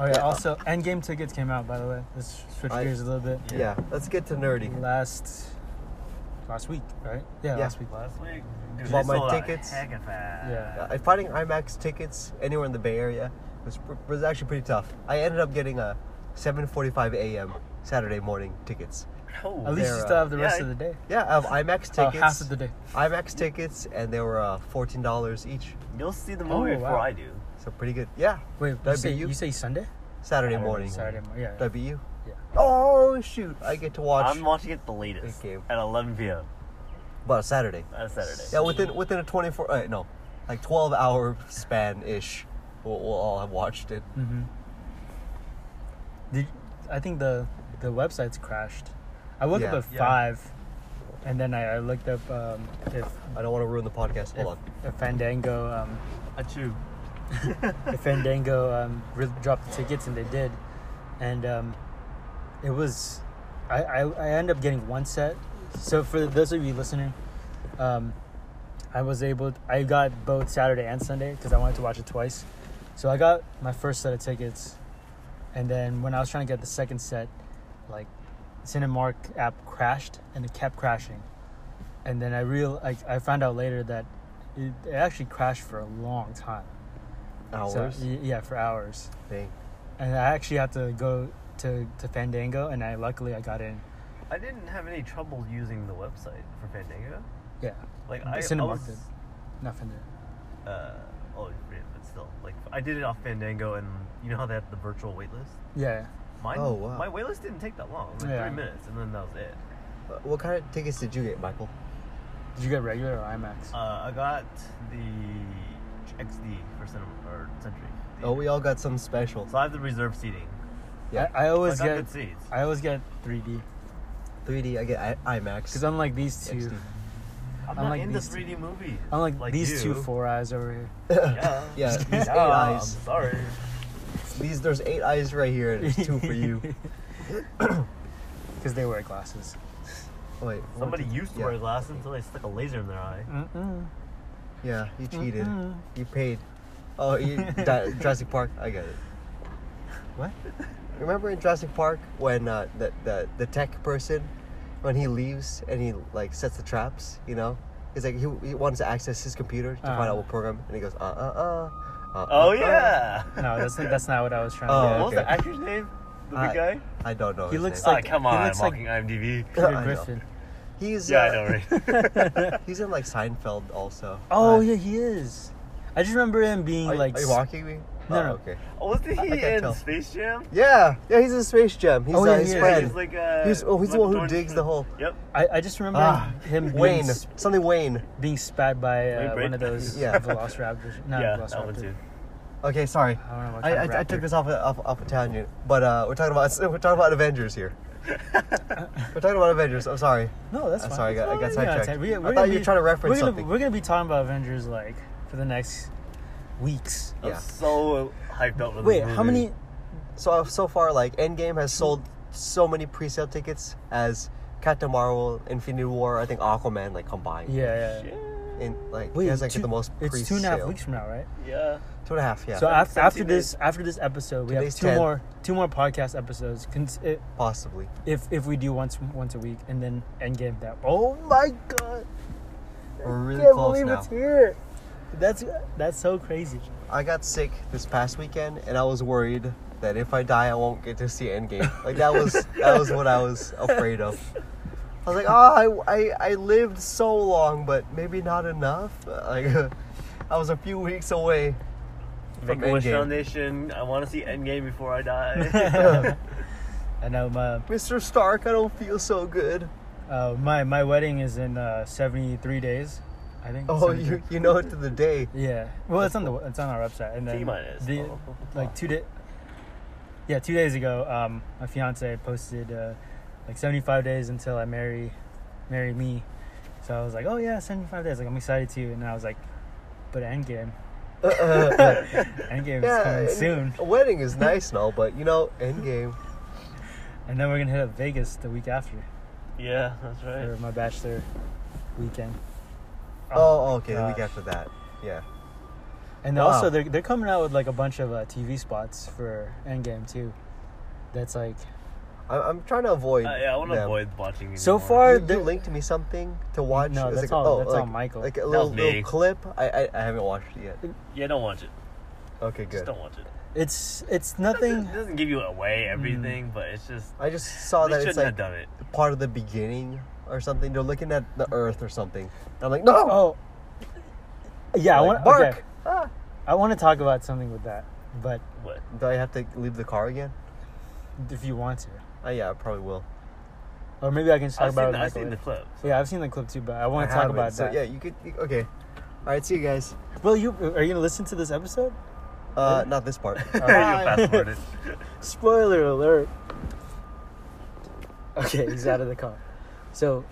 Speaker 3: Oh yeah.
Speaker 1: Yeah.
Speaker 3: Also, Endgame tickets came out. By the way, let's switch
Speaker 1: I-
Speaker 3: gears a little bit.
Speaker 1: yeah. Let's get to nerdy.
Speaker 3: Last last week, right? Yeah,
Speaker 1: Yeah.
Speaker 3: last week.
Speaker 2: Last week, dude,
Speaker 1: Bought
Speaker 2: they
Speaker 1: my
Speaker 2: sold out
Speaker 1: tickets.
Speaker 2: heck of fast.
Speaker 3: Yeah.
Speaker 1: Uh, finding IMAX tickets anywhere in the Bay Area was pr- was actually pretty tough. I ended up getting a 7:45 a.m. Saturday morning tickets.
Speaker 2: Oh,
Speaker 3: At least
Speaker 1: They're,
Speaker 3: you still have the
Speaker 2: uh,
Speaker 3: rest
Speaker 2: yeah,
Speaker 3: of the day.
Speaker 1: Yeah, I have IMAX
Speaker 3: Oh,
Speaker 1: tickets.
Speaker 3: half of the day.
Speaker 1: IMAX tickets, and they were uh, fourteen dollars each.
Speaker 2: you'll see the
Speaker 3: Oh,
Speaker 2: movie before
Speaker 3: wow.
Speaker 2: I do.
Speaker 1: So pretty good. Yeah,
Speaker 3: Wait, you
Speaker 1: That'd be
Speaker 3: say,
Speaker 1: you.
Speaker 3: you say Sunday?
Speaker 1: Saturday morning.
Speaker 3: Saturday morning. Yeah.
Speaker 1: That'd be you.
Speaker 3: Yeah.
Speaker 1: Oh shoot! I get to watch,
Speaker 2: I'm watching it the latest
Speaker 1: Okay.
Speaker 2: at 11 p.m.
Speaker 1: but Saturday.
Speaker 2: on Saturday.
Speaker 1: Yeah, within within a twenty four uh, no, like twelve hour span ish, we'll, we'll all have watched it.
Speaker 3: Mm-hmm. Did I think the the website's crashed? I woke up
Speaker 1: Yeah.
Speaker 3: at
Speaker 2: Yeah.
Speaker 3: five, and then I, I looked up um, if
Speaker 1: I don't want to ruin the podcast.
Speaker 3: if,
Speaker 1: Hold on.
Speaker 3: if Fandango um,
Speaker 2: Achoo.
Speaker 3: if Fandango um, re- dropped the tickets, and they did, and um, it was I, I I ended up getting one set. So for those of you listening, um, I was able I got both Saturday and Sunday because I wanted to watch it twice. So I got my first set of tickets, and then when I was trying to get the second set, like Cinemark app crashed and it kept crashing, and then I real I, I found out later that it, it actually crashed for a long time. So,
Speaker 1: Hours.
Speaker 3: y- yeah, for hours.
Speaker 1: Dang.
Speaker 3: And I actually had to go to, to Fandango, and I luckily I got in.
Speaker 2: I didn't have any trouble using the website for Fandango.
Speaker 3: Yeah,
Speaker 2: Like
Speaker 3: The
Speaker 2: I, I
Speaker 3: Cinemark
Speaker 2: was,
Speaker 3: did. not Fandango.
Speaker 2: Uh, oh, yeah, but still, like I did it off Fandango, and you know how they have the virtual waitlist.
Speaker 3: Yeah,
Speaker 2: Mine,
Speaker 1: Oh, wow.
Speaker 2: my waitlist didn't take that long. It was like
Speaker 3: Yeah.
Speaker 2: three minutes, and then that was it.
Speaker 1: Uh, What kind of tickets did you get, Michael?
Speaker 3: did you get regular or IMAX?
Speaker 2: Uh, I got the XD for cinema or Century.
Speaker 1: Oh, we all got some special.
Speaker 2: So I have the reserve seating.
Speaker 1: Yeah.
Speaker 3: I, I
Speaker 2: I
Speaker 3: always
Speaker 2: got
Speaker 3: get
Speaker 2: good seats.
Speaker 3: I always get 3D
Speaker 1: 3D. I get I- IMAX.
Speaker 3: because unlike these two,
Speaker 1: XD.
Speaker 2: I'm
Speaker 3: I'm
Speaker 2: not
Speaker 3: like
Speaker 2: into
Speaker 3: these two.
Speaker 2: 3D movies.
Speaker 3: unlike these two
Speaker 2: you.
Speaker 3: four eyes over here.
Speaker 2: Yeah.
Speaker 1: Yeah, these eight
Speaker 2: Yeah, I'm
Speaker 1: eyes.
Speaker 2: sorry.
Speaker 1: These there's eight eyes right here, and there's two for you.
Speaker 3: Because they wear glasses.
Speaker 1: Oh, wait. what
Speaker 2: Somebody
Speaker 1: did-
Speaker 2: used to
Speaker 1: yeah.
Speaker 2: wear glasses until they stuck a laser in their eye.
Speaker 3: Mm-mm.
Speaker 1: Yeah, you cheated.
Speaker 2: Mm-hmm.
Speaker 3: Mm-mm.
Speaker 1: You paid. Oh, you, Di- Jurassic Park. I got it.
Speaker 3: What?
Speaker 1: Remember in Jurassic Park when uh, the, the the tech person, when he leaves and he like sets the traps, you know, he's like he, he wants to access his computer to find
Speaker 3: Uh.
Speaker 1: out what program, and he goes uh uh uh. uh
Speaker 2: Oh
Speaker 1: uh,
Speaker 2: yeah.
Speaker 3: No, that's not, that's not what I was trying
Speaker 1: Oh,
Speaker 3: to
Speaker 2: What
Speaker 3: get.
Speaker 2: was
Speaker 1: okay.
Speaker 2: the actor's name? The
Speaker 1: Uh,
Speaker 2: big guy?
Speaker 1: I don't know.
Speaker 3: He
Speaker 1: his
Speaker 3: looks
Speaker 1: name.
Speaker 2: Ah,
Speaker 3: like-
Speaker 2: come
Speaker 3: he
Speaker 2: on,
Speaker 3: looks like-
Speaker 2: walking IMDb.
Speaker 1: I know.
Speaker 3: Peter Griffin.
Speaker 1: He's
Speaker 2: Yeah, I
Speaker 1: uh,
Speaker 2: know, right?
Speaker 1: He's in like Seinfeld also.
Speaker 3: Oh
Speaker 1: Uh,
Speaker 3: yeah, he is. I just remember him being
Speaker 1: Are, you-
Speaker 3: like
Speaker 1: are you walking me?
Speaker 3: No,
Speaker 1: Oh,
Speaker 3: no.
Speaker 1: Okay.
Speaker 2: oh, wasn't
Speaker 1: I- I
Speaker 2: he
Speaker 1: can't
Speaker 2: in
Speaker 1: tell.
Speaker 2: Space Jam?
Speaker 1: Yeah, yeah, he's in Space Jam. He's
Speaker 3: Oh,
Speaker 1: uh,
Speaker 3: yeah,
Speaker 1: his
Speaker 3: yeah,
Speaker 1: friend.
Speaker 2: He's like uh,
Speaker 1: He's- oh, he's the one who digs the hole.
Speaker 2: Yep.
Speaker 3: I, I just remember
Speaker 1: Ah,
Speaker 3: him being
Speaker 1: Wayne,
Speaker 3: s-
Speaker 1: something Wayne.
Speaker 3: being spat by
Speaker 2: Wait,
Speaker 3: uh,
Speaker 2: wait.
Speaker 3: one of those
Speaker 1: Yeah.
Speaker 3: velociraptors. Not
Speaker 2: yeah,
Speaker 3: velociraptor.
Speaker 2: that one too.
Speaker 1: Okay, sorry.
Speaker 3: I don't know what
Speaker 1: I,
Speaker 3: kind of
Speaker 1: I, I
Speaker 3: raptor.
Speaker 1: took this off a, off, off a tangent, but uh, we're talking about we're talking about Avengers here. we're talking about Avengers. I'm sorry.
Speaker 3: No, that's
Speaker 1: I'm
Speaker 3: fine.
Speaker 1: sorry, I got- I got
Speaker 3: Well, yeah,
Speaker 1: sidetracked.
Speaker 3: it's- we-
Speaker 1: I
Speaker 3: we're
Speaker 1: thought
Speaker 3: gonna
Speaker 1: you were
Speaker 3: be-
Speaker 1: trying to reference
Speaker 3: we're gonna,
Speaker 1: something.
Speaker 3: We're gonna be talking about Avengers like for the next weeks.
Speaker 2: I'm
Speaker 1: Yeah.
Speaker 2: so hyped up for this
Speaker 3: Wait, how
Speaker 2: movie.
Speaker 3: many?
Speaker 1: So uh, so far, like Endgame has sold so many pre-sale tickets as Captain Marvel, Infinity War, I think Aquaman, like combined.
Speaker 3: Yeah, yeah.
Speaker 2: Shit.
Speaker 1: in like
Speaker 3: Wait,
Speaker 1: he has like
Speaker 3: two-
Speaker 1: the most pre-sale.
Speaker 3: it's two and a half weeks from now, right?
Speaker 2: Yeah.
Speaker 1: Two and a half, yeah.
Speaker 3: so
Speaker 2: af-
Speaker 3: after,
Speaker 2: 17
Speaker 3: after this,
Speaker 2: days.
Speaker 3: after this episode, we
Speaker 1: Today's
Speaker 3: have two
Speaker 1: 10.
Speaker 3: more, two more podcast episodes. Cons- i-
Speaker 1: possibly.
Speaker 3: If if we do once once a week, and then Endgame that. Oh my god!
Speaker 1: We're really
Speaker 3: Can't
Speaker 1: close
Speaker 3: believe
Speaker 1: now.
Speaker 3: it's here. That's that's so crazy.
Speaker 1: I got sick this past weekend, and I was worried that if I die, I won't get to see Endgame. Like that was that was what I was afraid of. I was like, oh, I, I, I lived so long, but maybe not enough. Like, I was a few weeks away.
Speaker 2: Make
Speaker 1: From
Speaker 2: a wish
Speaker 1: Endgame.
Speaker 2: foundation. I want to see Endgame before I die.
Speaker 3: I know um, my
Speaker 1: Mr. Stark, I don't feel so good.
Speaker 3: uh, my my wedding is in uh, seventy three days, I think.
Speaker 1: Oh,
Speaker 3: 73.
Speaker 1: you, you know it to the day.
Speaker 3: Yeah. Well, it's on the it's on our website, and then
Speaker 2: T minus.
Speaker 3: the- like two day. Yeah, two days ago, um, my fiance posted uh, like seventy five days until I marry, marry me. So I was like, oh yeah, seventy five days. Like I'm excited to, and I was like, but Endgame, Endgame is coming
Speaker 1: and
Speaker 3: soon,
Speaker 1: A wedding is nice and all, but you know, Endgame.
Speaker 3: and then we're gonna hit up Vegas the week after
Speaker 2: Oh. Yeah, that's right.
Speaker 3: for my bachelor weekend.
Speaker 1: Oh, okay, the week
Speaker 3: gosh.
Speaker 1: after that. Yeah.
Speaker 3: And
Speaker 1: Wow.
Speaker 3: also, they're, they're coming out with like a bunch of uh, TV spots for Endgame too. That's like
Speaker 1: I, I'm trying to avoid.
Speaker 2: Uh, yeah, I want to
Speaker 1: them.
Speaker 2: avoid watching.
Speaker 3: So
Speaker 2: anymore.
Speaker 3: far-
Speaker 1: You,
Speaker 3: the-
Speaker 1: you linked me something to watch.
Speaker 3: No,
Speaker 1: It's like,
Speaker 3: that's all-
Speaker 1: oh,
Speaker 3: that's
Speaker 1: like,
Speaker 3: all Michael.
Speaker 1: Like a
Speaker 3: That
Speaker 1: little,
Speaker 2: was me.
Speaker 1: little clip. I, I I haven't watched it yet.
Speaker 2: Yeah, don't watch it.
Speaker 1: Okay, good.
Speaker 2: Just don't watch it.
Speaker 3: it's it's
Speaker 2: It doesn't,
Speaker 3: nothing.
Speaker 2: it doesn't give you away
Speaker 3: Mm.
Speaker 2: everything, but it's just
Speaker 1: I just saw
Speaker 3: Oh,
Speaker 2: they
Speaker 1: that
Speaker 2: shouldn't
Speaker 1: it's like
Speaker 2: have done it.
Speaker 1: part of the beginning or something. They're looking at the Earth or something. And I'm like, no.
Speaker 3: Oh,
Speaker 1: I'm
Speaker 3: yeah. I
Speaker 1: like,
Speaker 3: want
Speaker 1: bark.
Speaker 3: okay.
Speaker 1: Ah.
Speaker 3: I want to talk about something with that, but
Speaker 2: What?
Speaker 1: Do I have to leave the car again?
Speaker 3: if you want to,
Speaker 1: Uh, yeah, I probably will.
Speaker 3: or maybe I can just talk
Speaker 2: I've seen,
Speaker 3: about it.
Speaker 2: the, I've
Speaker 3: with
Speaker 2: seen the
Speaker 3: Michael.
Speaker 2: clip.
Speaker 3: yeah, I've seen the clip too, but I
Speaker 1: I
Speaker 3: want to talk
Speaker 1: haven't.
Speaker 3: about
Speaker 1: so,
Speaker 3: that.
Speaker 1: Yeah, you could. you- okay. All right. See you guys.
Speaker 3: Well, you are you gonna listen to this episode?
Speaker 1: Uh, not this part.
Speaker 2: you fast forward it.
Speaker 3: Spoiler alert. Okay, he's out of the car. So.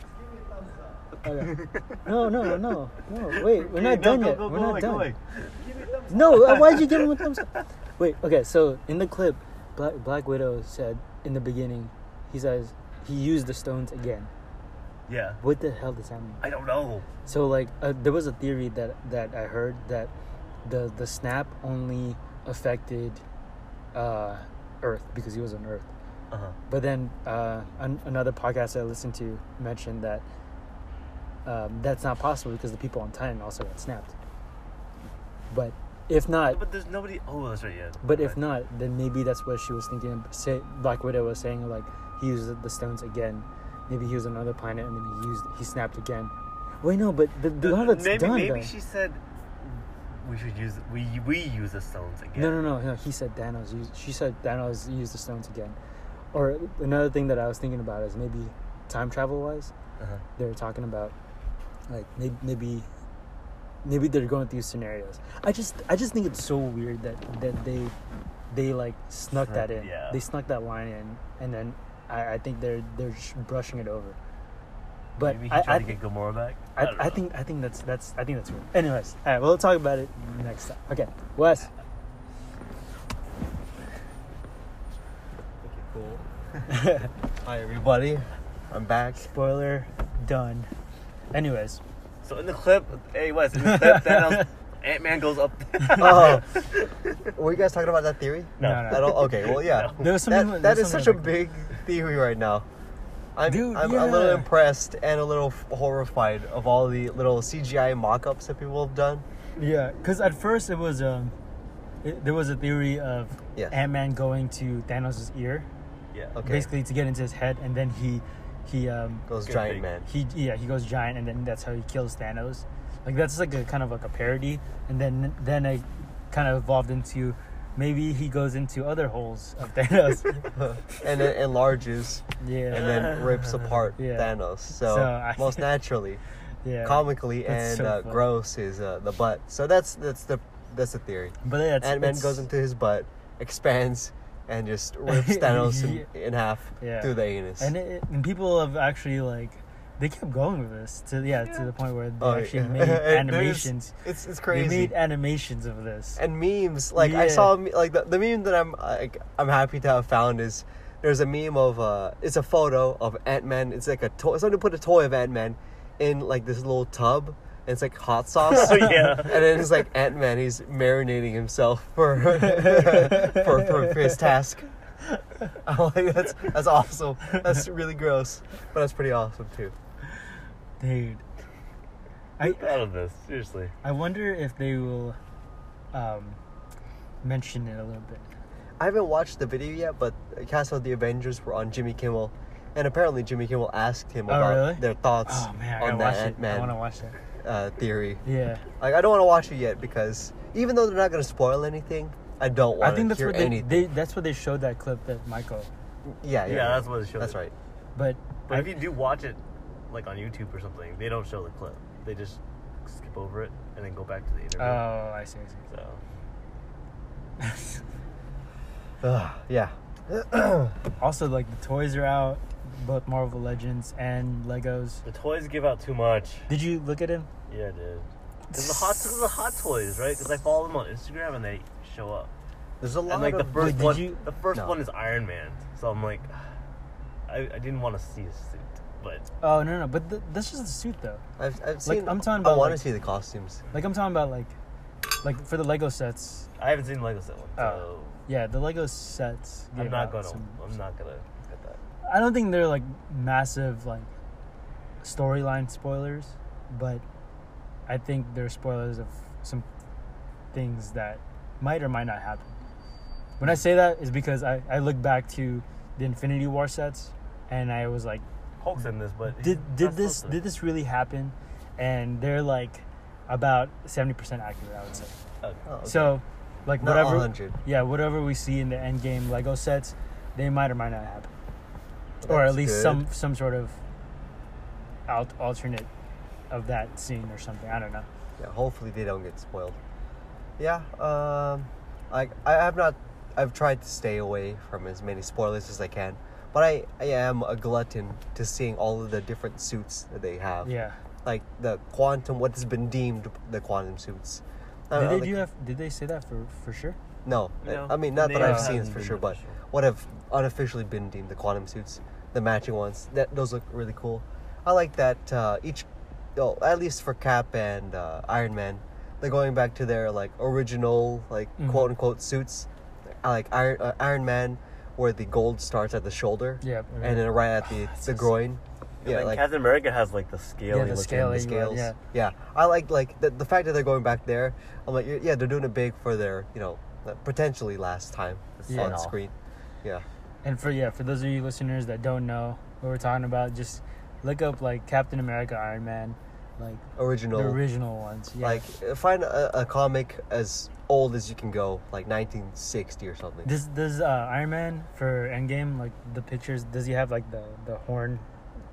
Speaker 3: Okay. No, no, no, no. Wait, we're not
Speaker 2: Okay, no,
Speaker 3: done
Speaker 2: go,
Speaker 3: yet.
Speaker 2: go,
Speaker 3: we're
Speaker 2: go
Speaker 3: not
Speaker 2: away, go
Speaker 3: done.
Speaker 2: away.
Speaker 3: No, uh, why'd you give him a thumbs up? Wait, okay, so in the clip, Black, Black Widow said in the beginning, he says he used the stones again.
Speaker 2: Yeah.
Speaker 3: What the hell does that mean?
Speaker 2: I don't know.
Speaker 3: So like, uh, there was a theory that that I heard that the the snap only affected uh, Earth because he was on Earth.
Speaker 2: Uh-huh.
Speaker 3: But then uh, an- another podcast I listened to mentioned that um, that's not possible because the people on Titan also got snapped. But if not,
Speaker 2: But there's nobody. Oh, that's right. Yeah.
Speaker 3: but if
Speaker 2: Right.
Speaker 3: not, then maybe that's what she was thinking. Say, Black Widow was saying like he used the stones again. Maybe he was on another planet and then he used he snapped again. Wait, no, but the, the,
Speaker 2: Th-
Speaker 3: how that's
Speaker 2: maybe
Speaker 3: done
Speaker 2: maybe
Speaker 3: though.
Speaker 2: she said we should use we we use the stones again.
Speaker 3: No, no, no, no. He said Thanos. Used, she said Thanos used the stones again. Or another thing that I was thinking about is maybe time travel wise,
Speaker 2: Uh-huh.
Speaker 3: they were talking about like maybe maybe maybe they're going through scenarios. I just I just think it's so weird that that they they like snuck
Speaker 2: Snuck-
Speaker 3: that in.
Speaker 2: yeah.
Speaker 3: They snuck that line in, and then I, I think they're they're sh- brushing it over. But
Speaker 2: maybe he
Speaker 3: I,
Speaker 2: tried
Speaker 3: I,
Speaker 2: to get Gamora back.
Speaker 3: I,
Speaker 2: don't
Speaker 3: I
Speaker 2: know.
Speaker 3: think I think that's that's I think that's weird. Anyways, all right, we'll talk about it next time. Okay, Wes.
Speaker 1: Okay, cool. Hi everybody. I'm back.
Speaker 3: Spoiler done. Anyways,
Speaker 2: so. In the clip, hey Wes, in the clip, Thanos, Ant Man goes up.
Speaker 1: Oh, were you guys talking about that theory?
Speaker 2: No.
Speaker 3: No, no.
Speaker 1: At all? Okay. Well, yeah.
Speaker 3: there was something.
Speaker 1: That, that
Speaker 3: there's
Speaker 1: is
Speaker 3: something
Speaker 1: such a
Speaker 3: like-
Speaker 1: big theory right now. I'm,
Speaker 3: Dude,
Speaker 1: I'm a little
Speaker 3: yeah.
Speaker 1: impressed and a little f- horrified of all the little CGI mock-ups that people have done.
Speaker 3: Yeah, because at first it was um, it, there was a theory of
Speaker 1: Yes.
Speaker 3: Ant Man going to Thanos' ear,
Speaker 2: yeah.
Speaker 1: Okay.
Speaker 3: basically to get into his head, and then he, he um,
Speaker 1: Those
Speaker 2: Good
Speaker 1: giant
Speaker 2: thing.
Speaker 1: man.
Speaker 3: he yeah he goes giant, and then that's how he kills Thanos. Like that's like a kind of like a parody, and then then it kind of evolved into maybe he goes into other holes of Thanos.
Speaker 1: and it enlarges
Speaker 3: yeah,
Speaker 1: and then rips apart
Speaker 3: Yeah.
Speaker 1: Thanos. So,
Speaker 3: So I-
Speaker 1: most naturally,
Speaker 3: yeah.
Speaker 1: comically, and
Speaker 3: That's so
Speaker 1: uh,
Speaker 3: funny.
Speaker 1: gross is uh, the butt. So that's that's the that's the theory.
Speaker 3: But yeah, it's-
Speaker 1: Ant Man
Speaker 3: it's-
Speaker 1: goes into his butt, expands, and just rips Thanos in, in half
Speaker 3: Yeah.
Speaker 1: through the anus.
Speaker 3: and, it, and people have actually like they kept going with this to yeah, to the point where they
Speaker 1: Oh,
Speaker 3: actually
Speaker 1: yeah.
Speaker 3: made
Speaker 1: There's-
Speaker 3: animations.
Speaker 1: It's it's
Speaker 3: They
Speaker 1: crazy.
Speaker 3: made animations of this.
Speaker 1: and memes. Like I
Speaker 3: Yeah.
Speaker 1: saw a me- like the, the meme that I'm like I'm happy to have found is there's a meme of uh it's a photo of Ant Man. It's like a toy. Somebody put a toy of Ant Man in like this little tub, and it's like hot sauce.
Speaker 2: Yeah.
Speaker 1: And then it's like Ant Man, he's marinating himself for for, for for his task. I'm like, that's that's awesome. That's really gross, but that's pretty awesome too.
Speaker 3: dude. I
Speaker 2: Get out of this, seriously.
Speaker 3: I wonder if they will um, mention it a little bit.
Speaker 1: I haven't watched the video yet, but Cast of the Avengers were on Jimmy Kimmel, and apparently Jimmy Kimmel asked him
Speaker 3: Oh,
Speaker 1: about
Speaker 3: really?
Speaker 1: their thoughts
Speaker 3: Oh man, I
Speaker 1: on
Speaker 3: gotta
Speaker 1: the
Speaker 3: watch
Speaker 1: Ant
Speaker 3: it. I want to
Speaker 1: Man
Speaker 3: watch that.
Speaker 1: uh, theory.
Speaker 3: Yeah,
Speaker 1: Like, I don't want to watch it yet because even though they're not going to spoil anything, I don't want
Speaker 3: I think that's
Speaker 1: hear
Speaker 3: what they,
Speaker 1: anything.
Speaker 3: they that's what they showed that clip that Michael.
Speaker 1: yeah, yeah,
Speaker 2: Yeah, that's what it shows.
Speaker 1: That's right.
Speaker 3: But,
Speaker 2: But if you do watch it, like on YouTube or something, they don't show the clip. They just skip over it and then go back to the interview.
Speaker 3: oh, I see.
Speaker 2: so
Speaker 3: I see.
Speaker 1: Ugh, yeah.
Speaker 3: also, like the toys are out, both Marvel Legends and Legos.
Speaker 2: the toys give out too much.
Speaker 3: Did you look at him?
Speaker 2: Yeah, dude. Cause the hot, cause the hot toys, right? Because I follow them on Instagram and they show up.
Speaker 1: There's a lot
Speaker 2: And like the
Speaker 1: of
Speaker 2: first
Speaker 3: did
Speaker 2: one,
Speaker 3: you-
Speaker 2: the first
Speaker 1: No.
Speaker 2: one is Iron Man. So I'm like, I, I didn't want to see a suit, but
Speaker 3: Oh no no, but th- that's just a suit though.
Speaker 1: I've, I've seen.
Speaker 3: I'm talking
Speaker 1: I
Speaker 3: about,
Speaker 1: want to
Speaker 3: like-
Speaker 1: see the costumes.
Speaker 3: Like I'm talking about like, like for the Lego sets.
Speaker 2: I haven't seen Lego set one, so
Speaker 3: Oh. Yeah, the Lego sets.
Speaker 2: I'm
Speaker 3: gave
Speaker 2: not
Speaker 3: out
Speaker 2: gonna,
Speaker 3: some-
Speaker 2: I'm not gonna get that.
Speaker 3: I don't think they're like massive like storyline spoilers, but I think they're spoilers of some things that might or might not happen. When I say that is because I, I look back to the Infinity War sets and I was like,
Speaker 2: Hulk's in this, but he's
Speaker 3: did
Speaker 2: not
Speaker 3: did this
Speaker 2: supposed to.
Speaker 3: did this really happen? And they're like about seventy percent accurate, I would say.
Speaker 2: Okay.
Speaker 1: Oh, okay.
Speaker 3: So like
Speaker 1: Not
Speaker 3: whatever
Speaker 1: 100.
Speaker 3: yeah, whatever we see in the end game Lego sets, they might or might not happen or at
Speaker 1: That's
Speaker 3: least
Speaker 1: good.
Speaker 3: some some sort of alt- alternate of that scene or something. I don't know.
Speaker 1: Yeah, hopefully they don't get spoiled. Yeah, um, like I have not. I've tried to stay away from as many spoilers as I can, but I, I am a glutton to seeing all of the different suits that they have.
Speaker 3: Yeah.
Speaker 1: Like the quantum, what has been deemed the quantum suits. I
Speaker 3: Did
Speaker 1: don't
Speaker 3: they
Speaker 1: know,
Speaker 3: do
Speaker 1: like-
Speaker 3: have? Did they say that for for sure?
Speaker 1: No,
Speaker 2: No.
Speaker 1: I I mean not that
Speaker 2: They
Speaker 1: I've
Speaker 3: haven't
Speaker 1: seen
Speaker 2: been
Speaker 1: for sure, but
Speaker 2: official.
Speaker 1: what have unofficially been deemed the quantum suits, the matching ones. That those look really cool. I like that uh, each, oh, at least for Cap and uh, Iron Man, they're going back to their like original like
Speaker 3: Mhm.
Speaker 1: quote unquote suits. I like Iron uh, Iron Man, where the gold starts at the shoulder,
Speaker 3: Yeah.
Speaker 1: and then right at the the
Speaker 3: so-
Speaker 1: groin. Yeah, like
Speaker 2: Captain America has like the scaly
Speaker 3: Yeah, the scaly.
Speaker 1: the
Speaker 3: Like,
Speaker 1: scales.
Speaker 3: yeah.
Speaker 1: Yeah. I like like the, the fact that they're going back there. I'm like, yeah, they're doing it big for their you know potentially last time
Speaker 3: Yeah.
Speaker 1: on screen. Yeah,
Speaker 3: And for yeah, for those of you listeners that don't know what we're talking about, just look up like Captain America, Iron Man, like
Speaker 1: original.
Speaker 3: the original ones. Yeah.
Speaker 1: Like uh, find a, a comic as old as you can go, like 1960 or something.
Speaker 3: Does does uh, Iron Man for Endgame like the pictures? Does he have like the the horn,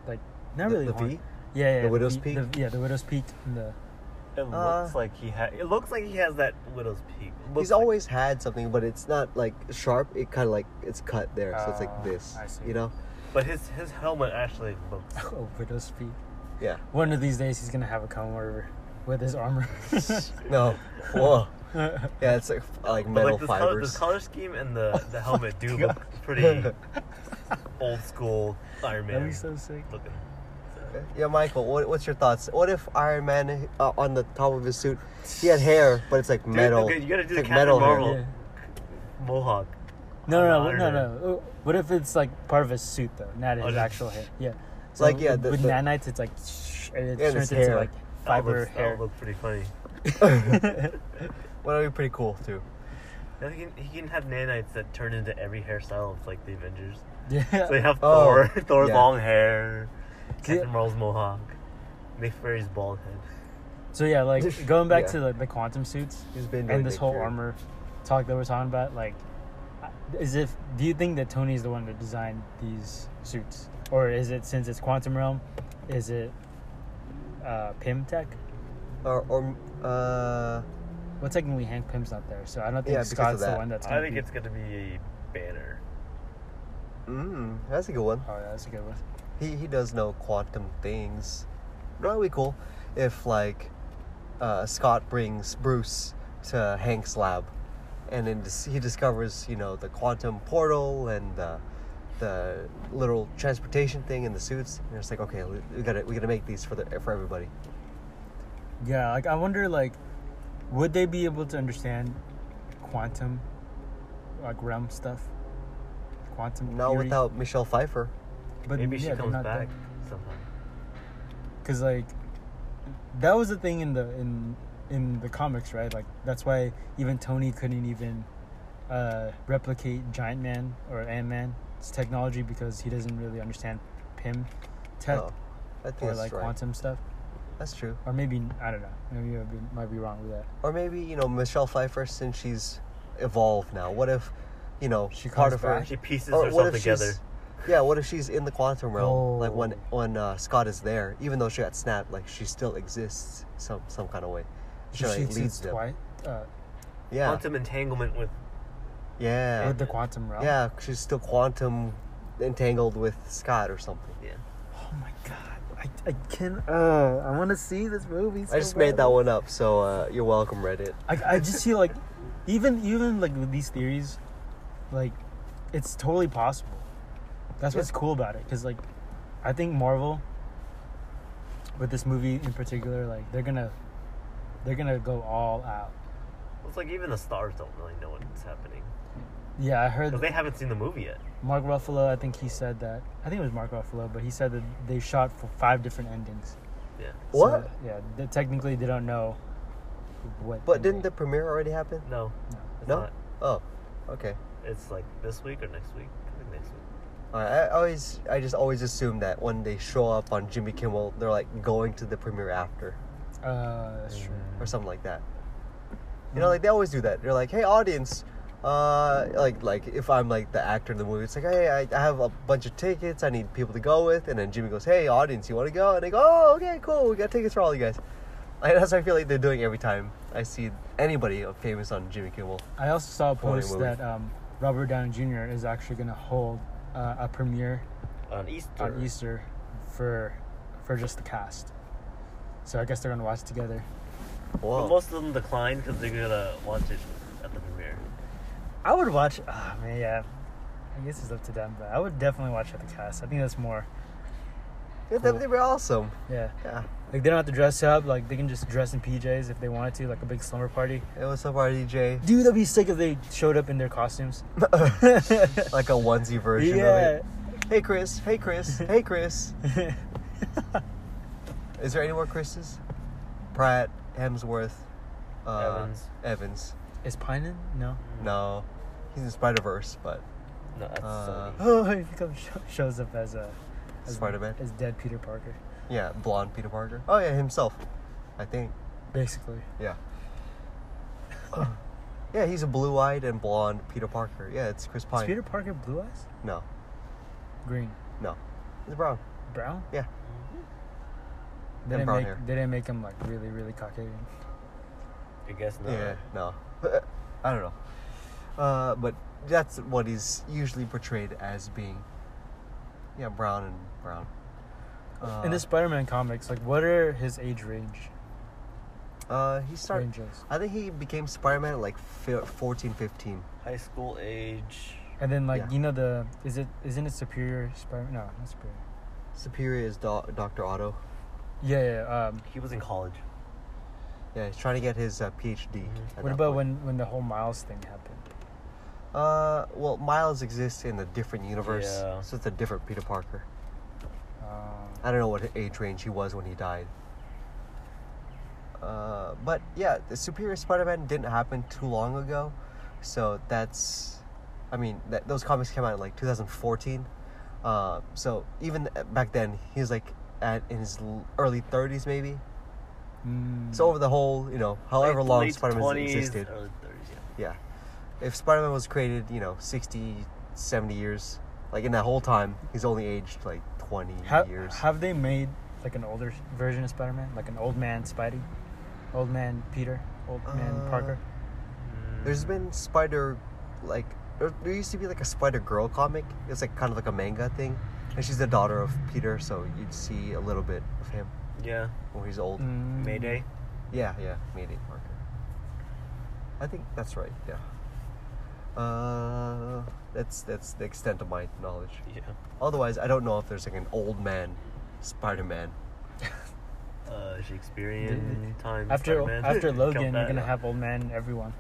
Speaker 3: like not
Speaker 1: The-
Speaker 3: really
Speaker 1: the
Speaker 3: horn.
Speaker 1: V?
Speaker 3: Yeah, yeah,
Speaker 1: The widow's
Speaker 3: V-
Speaker 1: peak?
Speaker 3: the- yeah, the widow's peak. And the
Speaker 2: It
Speaker 1: Uh,
Speaker 2: looks like he ha- It looks like he has that widow's peak. It looks
Speaker 1: He's
Speaker 2: like-
Speaker 1: always had something, but it's not like sharp. It kind of like it's cut there, so it's
Speaker 3: Ah,
Speaker 1: like this.
Speaker 3: I see.
Speaker 1: You know?
Speaker 2: But his his helmet actually looks.
Speaker 3: oh, widow's peak.
Speaker 1: Yeah.
Speaker 3: One of these days, he's gonna have a come over with his armor.
Speaker 1: No. Whoa. Yeah, it's like like
Speaker 2: But
Speaker 1: metal
Speaker 2: like this color,
Speaker 1: fibers.
Speaker 2: this color scheme and the, the helmet do
Speaker 3: God.
Speaker 2: look pretty old school Iron
Speaker 3: That'd
Speaker 2: Man
Speaker 3: be so sick.
Speaker 2: looking.
Speaker 1: Yeah, Michael, what, what's your thoughts? What if Iron Man uh, on the top of his suit, he had hair, but it's like
Speaker 2: Dude,
Speaker 1: metal.
Speaker 2: okay, you gotta do
Speaker 1: it's
Speaker 2: the
Speaker 1: like
Speaker 2: Captain Marvel.
Speaker 1: hair.
Speaker 3: Yeah.
Speaker 2: Mohawk.
Speaker 3: No, no,
Speaker 2: Iron
Speaker 3: no, no,
Speaker 2: Man.
Speaker 3: no. Oh, What if it's like part of his suit though, not
Speaker 2: Oh,
Speaker 3: his
Speaker 2: just-
Speaker 3: actual hair? Yeah.
Speaker 1: Like, yeah,
Speaker 3: with-
Speaker 1: the-
Speaker 3: with
Speaker 1: the-
Speaker 3: nanites, it's like and it
Speaker 1: Yeah, and
Speaker 3: turns
Speaker 1: his
Speaker 3: into
Speaker 1: hair.
Speaker 3: like
Speaker 2: That
Speaker 3: fiber
Speaker 2: looks-
Speaker 3: hair.
Speaker 2: That look pretty funny.
Speaker 1: Well, that'd be pretty cool too.
Speaker 2: Now He can, he can have nanites that turn into every hairstyle of like the Avengers.
Speaker 3: yeah.
Speaker 2: So they have
Speaker 1: Oh,
Speaker 2: Thor, Thor's
Speaker 1: yeah.
Speaker 2: long hair,
Speaker 3: See-
Speaker 2: Captain Marvel's mohawk, Nick Fury's bald head.
Speaker 3: So yeah, like going back
Speaker 1: Yeah.
Speaker 3: to like the quantum suits
Speaker 1: He's been doing
Speaker 3: and this
Speaker 1: Nick
Speaker 3: whole
Speaker 1: Fury.
Speaker 3: armor talk that we're talking about, like, is if do you think that Tony is the one that designed these suits, or is it since it's quantum realm, is it uh, Pym Tech?
Speaker 1: Or, or uh,
Speaker 3: Well, technically Hank Pym's not there, so I don't think
Speaker 1: Yeah, because of
Speaker 3: Scott's the
Speaker 1: that.
Speaker 3: one that's.
Speaker 2: I
Speaker 3: Gonna
Speaker 2: think
Speaker 3: be-
Speaker 2: it's gonna be Banner.
Speaker 1: mm, that's a good one.
Speaker 3: Oh, that's a good one.
Speaker 1: He he does know quantum things. That would be cool if like uh, Scott brings Bruce to Hank's lab, and then dis- he discovers you know the quantum portal and the the little transportation thing in the suits. And it's like okay, we we gotta we gotta make these for the for everybody.
Speaker 3: Yeah, like I wonder, like, would they be able to understand quantum, like realm stuff? Quantum.
Speaker 1: Not
Speaker 3: theory?
Speaker 1: without Michelle Pfeiffer.
Speaker 3: But
Speaker 2: Maybe she comes back somehow.
Speaker 3: Because like, that was the thing in the in in the comics, right? Like that's why even Tony couldn't even uh, replicate Giant Man or Ant Man's technology because he doesn't really understand PIM tech
Speaker 1: Oh, I think
Speaker 3: or
Speaker 1: that's
Speaker 3: like
Speaker 1: right.
Speaker 3: quantum stuff.
Speaker 1: That's true.
Speaker 3: Or maybe I don't know. Maybe I be- might be wrong with that.
Speaker 1: Or maybe you know Michelle Pfeiffer since she's evolved now. What if you know
Speaker 3: She
Speaker 1: part
Speaker 3: comes
Speaker 1: of her?
Speaker 3: back?
Speaker 2: She pieces
Speaker 1: or
Speaker 2: herself together.
Speaker 1: she's yeah? What if she's in the quantum realm? Like when
Speaker 3: Oh.
Speaker 1: when uh, Scott is there, even though she got snapped, like she still exists some some kind of way. She, like, leads them.
Speaker 3: twice uh,
Speaker 1: Yeah,
Speaker 2: Quantum entanglement with
Speaker 1: yeah,
Speaker 3: with the quantum realm.
Speaker 1: yeah. She's still quantum entangled with Scott or something.
Speaker 2: yeah.
Speaker 3: Oh my god. I, I can. Uh, I want to see this movie. so
Speaker 1: I just made that
Speaker 3: badly.
Speaker 1: one up, so uh, you're welcome, Reddit.
Speaker 3: I, I just feel like, even even like with these theories, like it's totally possible. That's what's cool about it, because like, I think Marvel, with this movie in particular, like they're gonna, they're gonna go all out.
Speaker 2: It's like even the stars don't really know what's happening
Speaker 3: Yeah, I heard
Speaker 2: because they haven't seen the movie yet.
Speaker 3: Mark Ruffalo. I think he said that. I think it was Mark Ruffalo, but he said that they shot for five different endings.
Speaker 2: Yeah.
Speaker 3: So,
Speaker 1: What?
Speaker 3: yeah, they, technically they don't know what.
Speaker 1: But didn't the
Speaker 3: ending.
Speaker 1: premiere already happen?
Speaker 2: No. It's
Speaker 1: No?
Speaker 2: Not.
Speaker 1: Oh, okay.
Speaker 2: It's like this week or next week. I think next week.
Speaker 1: All right, I always, I just always assume that when they show up on Jimmy Kimmel, they're like going to the premiere after
Speaker 3: Uh, that's true.
Speaker 2: Mm.
Speaker 1: or something like that. You know, like they always do that. They're like, "Hey, audience," uh, like like if I'm like the actor in the movie, it's like, "Hey, I, I have a bunch of tickets. I need people to go with," and then Jimmy goes, "Hey, audience, you want to go?" And they go, "Oh, okay, cool. We got tickets for all you guys." Like, that's what I feel like they're doing every time I see anybody famous on Jimmy Kimmel.
Speaker 3: I also saw a
Speaker 1: Boy,
Speaker 3: post
Speaker 1: movie.
Speaker 3: that um, Robert Downey Jr. is actually going to hold uh, a premiere
Speaker 2: On Easter.
Speaker 3: on Easter for for just the cast. So I guess they're going to watch together.
Speaker 2: But
Speaker 1: Whoa.
Speaker 2: most of them decline because they're gonna watch it at the premiere.
Speaker 3: I would watch. Ah man, yeah. I guess it's up to them, but I would definitely watch at the cast. I think that's more.
Speaker 1: Yeah, That'd be awesome.
Speaker 3: Yeah,
Speaker 1: Yeah.
Speaker 3: like they don't have to dress up. Like they can just dress in PJs if they wanted to, like a big slumber party.
Speaker 1: Hey, what's up, RDJ?
Speaker 3: Dude, that'd be sick if they showed up in their costumes.
Speaker 1: like a onesie version
Speaker 3: yeah.
Speaker 1: of it. Hey Chris, hey Chris, hey Chris. Is there any more Chris's? Pratt, Hemsworth, uh,
Speaker 2: Evans.
Speaker 1: Evans.
Speaker 3: Is Pinen? No.
Speaker 1: No, he's in Spider Verse, but
Speaker 2: No, that's
Speaker 1: Uh,
Speaker 2: Sony.
Speaker 3: Oh, he becomes shows up as a as,
Speaker 1: Spider-Man?
Speaker 3: as dead Peter Parker,
Speaker 1: yeah, blonde Peter Parker. Oh yeah, himself, I think.
Speaker 3: basically.
Speaker 1: Yeah. yeah, he's a blue-eyed and blonde Peter Parker. Yeah, it's Chris
Speaker 3: Is
Speaker 1: Pine.
Speaker 3: Peter Parker blue eyes?
Speaker 1: No,
Speaker 3: Green,
Speaker 1: no, he's brown.
Speaker 3: brown?
Speaker 1: Yeah.
Speaker 3: They
Speaker 1: And
Speaker 3: didn't
Speaker 1: brown
Speaker 3: make
Speaker 1: hair.
Speaker 3: they didn't make him like really really Caucasian.
Speaker 2: I guess not.
Speaker 1: Yeah, no. I don't know. Uh, but that's what he's usually portrayed as being. Yeah, brown and brown. Uh,
Speaker 3: In the Spider-Man comics, like what are his age range
Speaker 1: uh, he started.
Speaker 3: ranges?
Speaker 1: I think he became Spider-Man at like fi- 14, 15.
Speaker 2: High school age.
Speaker 3: And then like
Speaker 1: Yeah.
Speaker 3: you know the is it isn't it Superior Spider-Man? No, not Superior.
Speaker 1: Superior is Do- Dr. Otto.
Speaker 3: Yeah, yeah. yeah, Um,
Speaker 2: He was in college.
Speaker 1: Yeah, he's trying to get his uh, PhD. at
Speaker 3: Mm-hmm. what
Speaker 1: that
Speaker 3: about
Speaker 1: point.
Speaker 3: when when the whole Miles thing happened?
Speaker 1: Uh, well, Miles exists in a different universe,
Speaker 2: Yeah.
Speaker 1: so it's a different Peter Parker.
Speaker 3: Um,
Speaker 1: I don't know what age range he was when he died. Uh, but yeah, the Superior Spider-Man didn't happen too long ago, so that's, I mean, that, those comics came out in like 2014. Uh, so even th- back then, he was like at in his l- early 30s maybe.
Speaker 3: mm,
Speaker 1: So over the whole, you know, however
Speaker 2: Hmm. Late-
Speaker 1: long
Speaker 2: late
Speaker 1: Spider-Man
Speaker 2: 20s,
Speaker 1: existed,
Speaker 2: Early 30s, yeah.
Speaker 1: yeah. If Spider-Man was created, you know, 60, 70 years, like in that whole time, he's only aged like 20
Speaker 3: have,
Speaker 1: years.
Speaker 3: have they made like an older version of Spider-Man, like an old man Spidey, old man Peter, old man
Speaker 1: Uh,
Speaker 3: Parker?
Speaker 2: Mm,
Speaker 1: There's been spider, like there, there used to be like a Spider Girl comic. It's like kind of like a manga thing, and she's the daughter of Peter, so you'd see a little bit of him
Speaker 2: Yeah.
Speaker 1: when he's old.
Speaker 3: Mm,
Speaker 2: Mayday.
Speaker 1: Yeah, yeah, Mayday Parker. I think that's right. Yeah. Uh, that's that's the extent of my knowledge.
Speaker 2: Yeah.
Speaker 1: Otherwise, I don't know if there's like an old man, Spider Man.
Speaker 2: Uh, uh, Shakespearean time.
Speaker 3: After
Speaker 2: Spider-Man.
Speaker 3: after
Speaker 2: Killed
Speaker 3: Logan, you're
Speaker 2: that.
Speaker 3: gonna have old man everyone.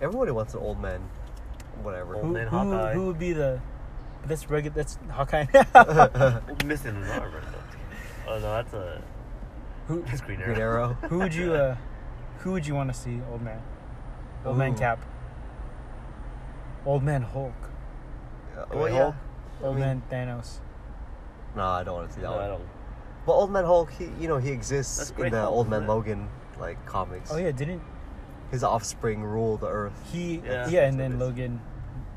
Speaker 1: Everybody wants an old man, whatever.
Speaker 2: Old
Speaker 3: Who,
Speaker 2: man
Speaker 3: who,
Speaker 2: Hawkeye.
Speaker 3: who would be the? That's regular. That's Hawkeye.
Speaker 2: missing an arm. Right now. oh no, that's a
Speaker 3: who
Speaker 2: that's Green Arrow.
Speaker 1: Green Arrow.
Speaker 3: who would you uh, who would you want to see old man? Old man
Speaker 1: Ooh.
Speaker 3: Cap. Old man Hulk.
Speaker 1: Uh,
Speaker 2: Wait,
Speaker 1: well, yeah.
Speaker 2: Hulk?
Speaker 3: Old
Speaker 1: mean-
Speaker 3: man Thanos.
Speaker 1: No, I don't want to see that
Speaker 2: No,
Speaker 1: one.
Speaker 2: I don't.
Speaker 1: But Old Man Hulk, he, you know, he
Speaker 2: That's
Speaker 1: exists
Speaker 2: Great
Speaker 1: in the
Speaker 2: Hulk,
Speaker 1: Old
Speaker 2: isn't
Speaker 1: Man
Speaker 2: it?
Speaker 1: Logan like comics.
Speaker 3: Oh yeah, didn't
Speaker 1: His offspring rule the earth.
Speaker 3: he?
Speaker 2: Yeah.
Speaker 3: Yeah, and then Logan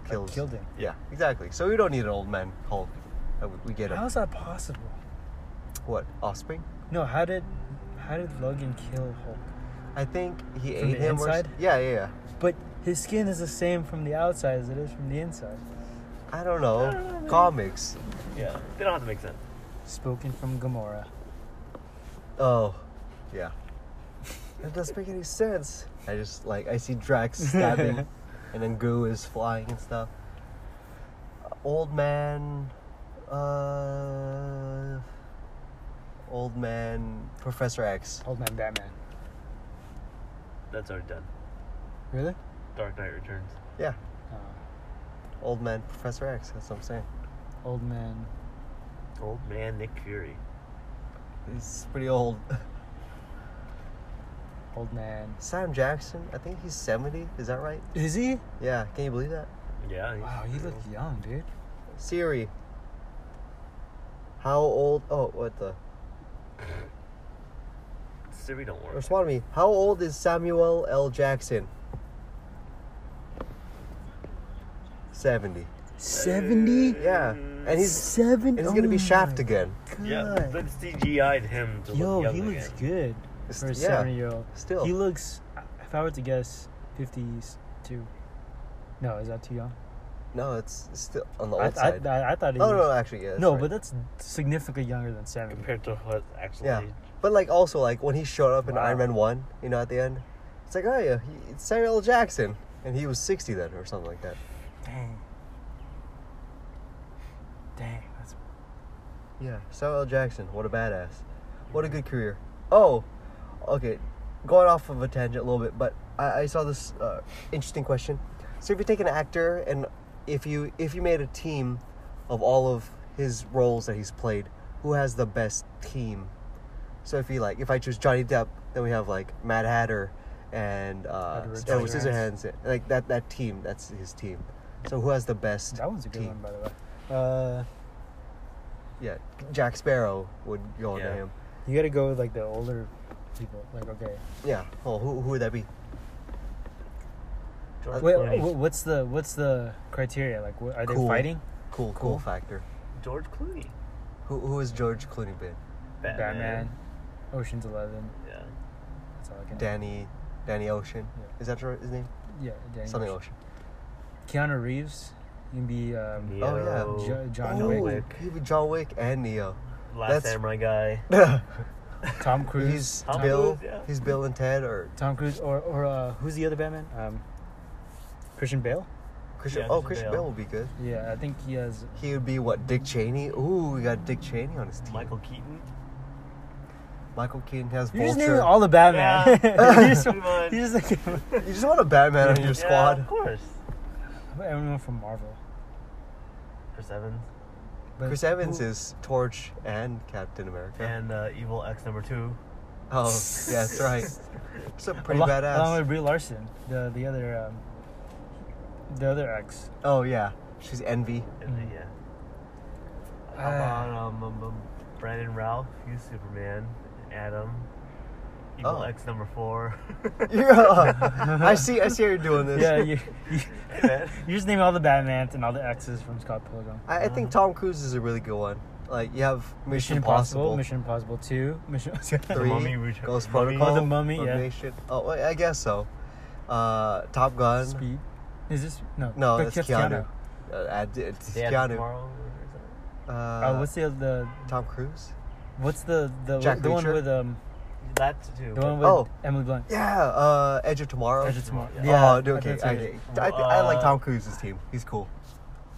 Speaker 3: uh,
Speaker 1: Kills.
Speaker 3: killed him.
Speaker 1: Yeah, exactly. So we don't need an Old Man Hulk. Uh, we- We get him.
Speaker 3: How is that possible?
Speaker 1: What offspring?
Speaker 3: No, how did how did Logan kill Hulk?
Speaker 1: I think he
Speaker 3: From
Speaker 1: ate
Speaker 3: the
Speaker 1: him. Or, s-
Speaker 3: inside?
Speaker 1: yeah, yeah, yeah.
Speaker 3: But his skin is the same from the outside as it is from the inside.
Speaker 1: I don't know.
Speaker 2: don't know, man.
Speaker 1: Comics.
Speaker 2: Yeah, they don't have to make sense.
Speaker 3: Spoken from Gamora.
Speaker 1: Oh, yeah. That doesn't make any sense. I just like I see Drax stabbing, and then goo is flying and stuff. Uh, old man, uh, old man, Professor X.
Speaker 3: Old man Batman.
Speaker 2: That's already done.
Speaker 3: Really?
Speaker 2: Dark Knight Returns.
Speaker 1: Yeah,
Speaker 3: Uh,
Speaker 1: old man, Professor X. That's what I'm saying.
Speaker 3: old man.
Speaker 2: Old man Nick Fury.
Speaker 1: He's pretty old.
Speaker 3: Old man.
Speaker 1: Sam Jackson. I think he's 70. Is that right?
Speaker 3: Is he?
Speaker 1: Yeah. Can you believe that?
Speaker 2: Yeah. he's-
Speaker 3: Wow, you look young, dude.
Speaker 1: Siri. How old? Oh, what the.
Speaker 2: Siri don't work.
Speaker 1: Respond to me. How old is Samuel L. Jackson? 70.
Speaker 3: Seventy.
Speaker 1: Yeah. And he's,
Speaker 3: seven. Oh
Speaker 1: and he's gonna be Shaft again.
Speaker 2: Yeah, but CGI'd him to
Speaker 3: Yo,
Speaker 2: look young
Speaker 3: he looks
Speaker 2: again.
Speaker 3: good
Speaker 1: It's-
Speaker 3: for a
Speaker 1: yeah.
Speaker 3: seven-year-old.
Speaker 1: Still.
Speaker 3: He looks. If I were to guess, fifty-two. No, is that too young?
Speaker 1: no, it's it's still on the
Speaker 3: I,
Speaker 1: old
Speaker 3: I,
Speaker 1: side.
Speaker 3: I, I thought he
Speaker 1: oh,
Speaker 3: was.
Speaker 1: no, no, actually, yeah. that's
Speaker 3: no,
Speaker 1: right.
Speaker 3: but that's significantly younger than seventy.
Speaker 2: compared to what actually.
Speaker 1: Yeah. But, like, also, like, when he showed up in
Speaker 3: Wow.
Speaker 1: Iron Man 1, you know, at the end, it's like, oh, yeah, he, it's Samuel L. Jackson. And he was 60 then, or something like that.
Speaker 3: Dang. Dang, that's
Speaker 1: Yeah, Samuel L. Jackson. What a badass. What a good career. Oh, okay. Going off of a tangent a little bit, but I, I saw this uh, interesting question. So if you take an actor and if you if you made a team of all of his roles that he's played, who has the best team? So if you like, if I choose Johnny Depp, then we have like Mad Hatter and uh,
Speaker 3: Edward
Speaker 1: Edward
Speaker 3: Scissorhands.
Speaker 1: Scissorhands. Like that that team. That's his team. So who has the best?
Speaker 3: that one's a good
Speaker 1: team?
Speaker 3: one by the way. Uh,
Speaker 1: Yeah, Jack Sparrow would go into
Speaker 2: Yeah.
Speaker 1: him.
Speaker 3: you gotta go with like the older people. Like okay,
Speaker 1: Yeah. Well, who, who would that be?
Speaker 2: George
Speaker 3: Wait,
Speaker 2: Clooney.
Speaker 3: wh- what's the what's the criteria? Like, wh- are
Speaker 1: Cool.
Speaker 3: they fighting?
Speaker 1: Cool, cool,
Speaker 3: Cool.
Speaker 1: factor.
Speaker 2: George Clooney.
Speaker 1: Who who has George Clooney been?
Speaker 2: Batman.
Speaker 3: Batman, Ocean's Eleven.
Speaker 2: Yeah.
Speaker 3: That's all I can.
Speaker 1: Danny, Danny Ocean.
Speaker 3: Yeah.
Speaker 1: Is that your- his name?
Speaker 3: Yeah, Danny
Speaker 1: Something
Speaker 3: Ocean.
Speaker 1: Ocean.
Speaker 3: Keanu Reeves. You can be um,
Speaker 1: Oh, yeah.
Speaker 2: Neo,
Speaker 3: Jo- John
Speaker 1: oh,
Speaker 3: Wick,
Speaker 1: He'd be John Wick and Neo.
Speaker 2: Last
Speaker 1: That's-
Speaker 2: Samurai guy.
Speaker 3: Tom Cruise.
Speaker 1: he's
Speaker 2: Tom
Speaker 1: Bill.
Speaker 2: Cruise, yeah.
Speaker 1: He's Bill and Ted or
Speaker 3: Tom Cruise, or or uh, who's the other Batman? Um, Christian Bale.
Speaker 1: Christian.
Speaker 2: Yeah,
Speaker 1: oh,
Speaker 2: Christian
Speaker 1: Christian
Speaker 2: Bale.
Speaker 1: Bale would be good.
Speaker 3: Yeah, I think he has.
Speaker 1: He would be what? Dick Cheney. Ooh, we got Dick Cheney on his team.
Speaker 2: Michael Keaton.
Speaker 1: Michael Keaton has
Speaker 3: You're just
Speaker 1: Vulture.
Speaker 3: naming all the Batman.
Speaker 2: Yeah.
Speaker 3: you just,
Speaker 2: Pretty much.
Speaker 3: you just like,
Speaker 1: you just want a Batman on your
Speaker 2: Yeah,
Speaker 1: squad.
Speaker 2: of course.
Speaker 3: everyone from Marvel.
Speaker 2: Chris Evans
Speaker 3: But
Speaker 1: Chris Evans
Speaker 3: who-
Speaker 1: is Torch and Captain America.
Speaker 2: and uh, Evil X number two.
Speaker 1: Oh, yeah, that's right. So pretty
Speaker 3: along,
Speaker 1: badass.
Speaker 3: Along with Brie Larson, the the other um, the other ex.
Speaker 1: Oh yeah, she's Envy.
Speaker 2: And then,
Speaker 3: Mm.
Speaker 2: yeah. uh, How
Speaker 1: Uh.
Speaker 3: Ah.
Speaker 2: about um, um, um, Brandon Ralph? He's Superman. Adam. Evil
Speaker 1: Oh.
Speaker 2: X number four.
Speaker 1: Yeah, I see. I see how you're doing this.
Speaker 3: Yeah, you, you,
Speaker 2: Hey, man.
Speaker 3: you just name all the Batmans and all the exes from Scott Pilgrim.
Speaker 1: I, I think Tom Cruise is a really good one. Like you have Mission,
Speaker 3: Mission Impossible,
Speaker 1: Impossible,
Speaker 3: Mission Impossible Two, Mission
Speaker 1: Three,
Speaker 2: Mummy, Ret-
Speaker 1: Ghost
Speaker 2: Mummy.
Speaker 1: Protocol,
Speaker 3: Oh, The Mummy, yeah.
Speaker 1: Nation. Oh, wait, I guess so. Uh, Top Gun.
Speaker 3: Speed. Is this no?
Speaker 1: No,
Speaker 3: but
Speaker 1: that's
Speaker 3: yes,
Speaker 1: Keanu. Uh, I did- it's
Speaker 2: Day After
Speaker 1: Keanu.
Speaker 2: Tomorrow or something.
Speaker 1: Uh,
Speaker 3: Oh, what's the the
Speaker 1: Tom Cruise?
Speaker 3: what's the the,
Speaker 1: Jack
Speaker 3: the one
Speaker 1: Reacher?
Speaker 3: with um
Speaker 2: That's two.
Speaker 3: the one with
Speaker 1: Oh.
Speaker 3: Emily Blunt?
Speaker 1: Yeah, uh, Edge of Tomorrow.
Speaker 3: Edge of Tomorrow.
Speaker 2: Yeah.
Speaker 3: Yeah,
Speaker 1: oh, dude,
Speaker 3: I
Speaker 1: okay.
Speaker 3: think
Speaker 1: I,
Speaker 3: that's it.
Speaker 1: I, I like
Speaker 2: Uh,
Speaker 1: Tom Cruise's team. He's cool.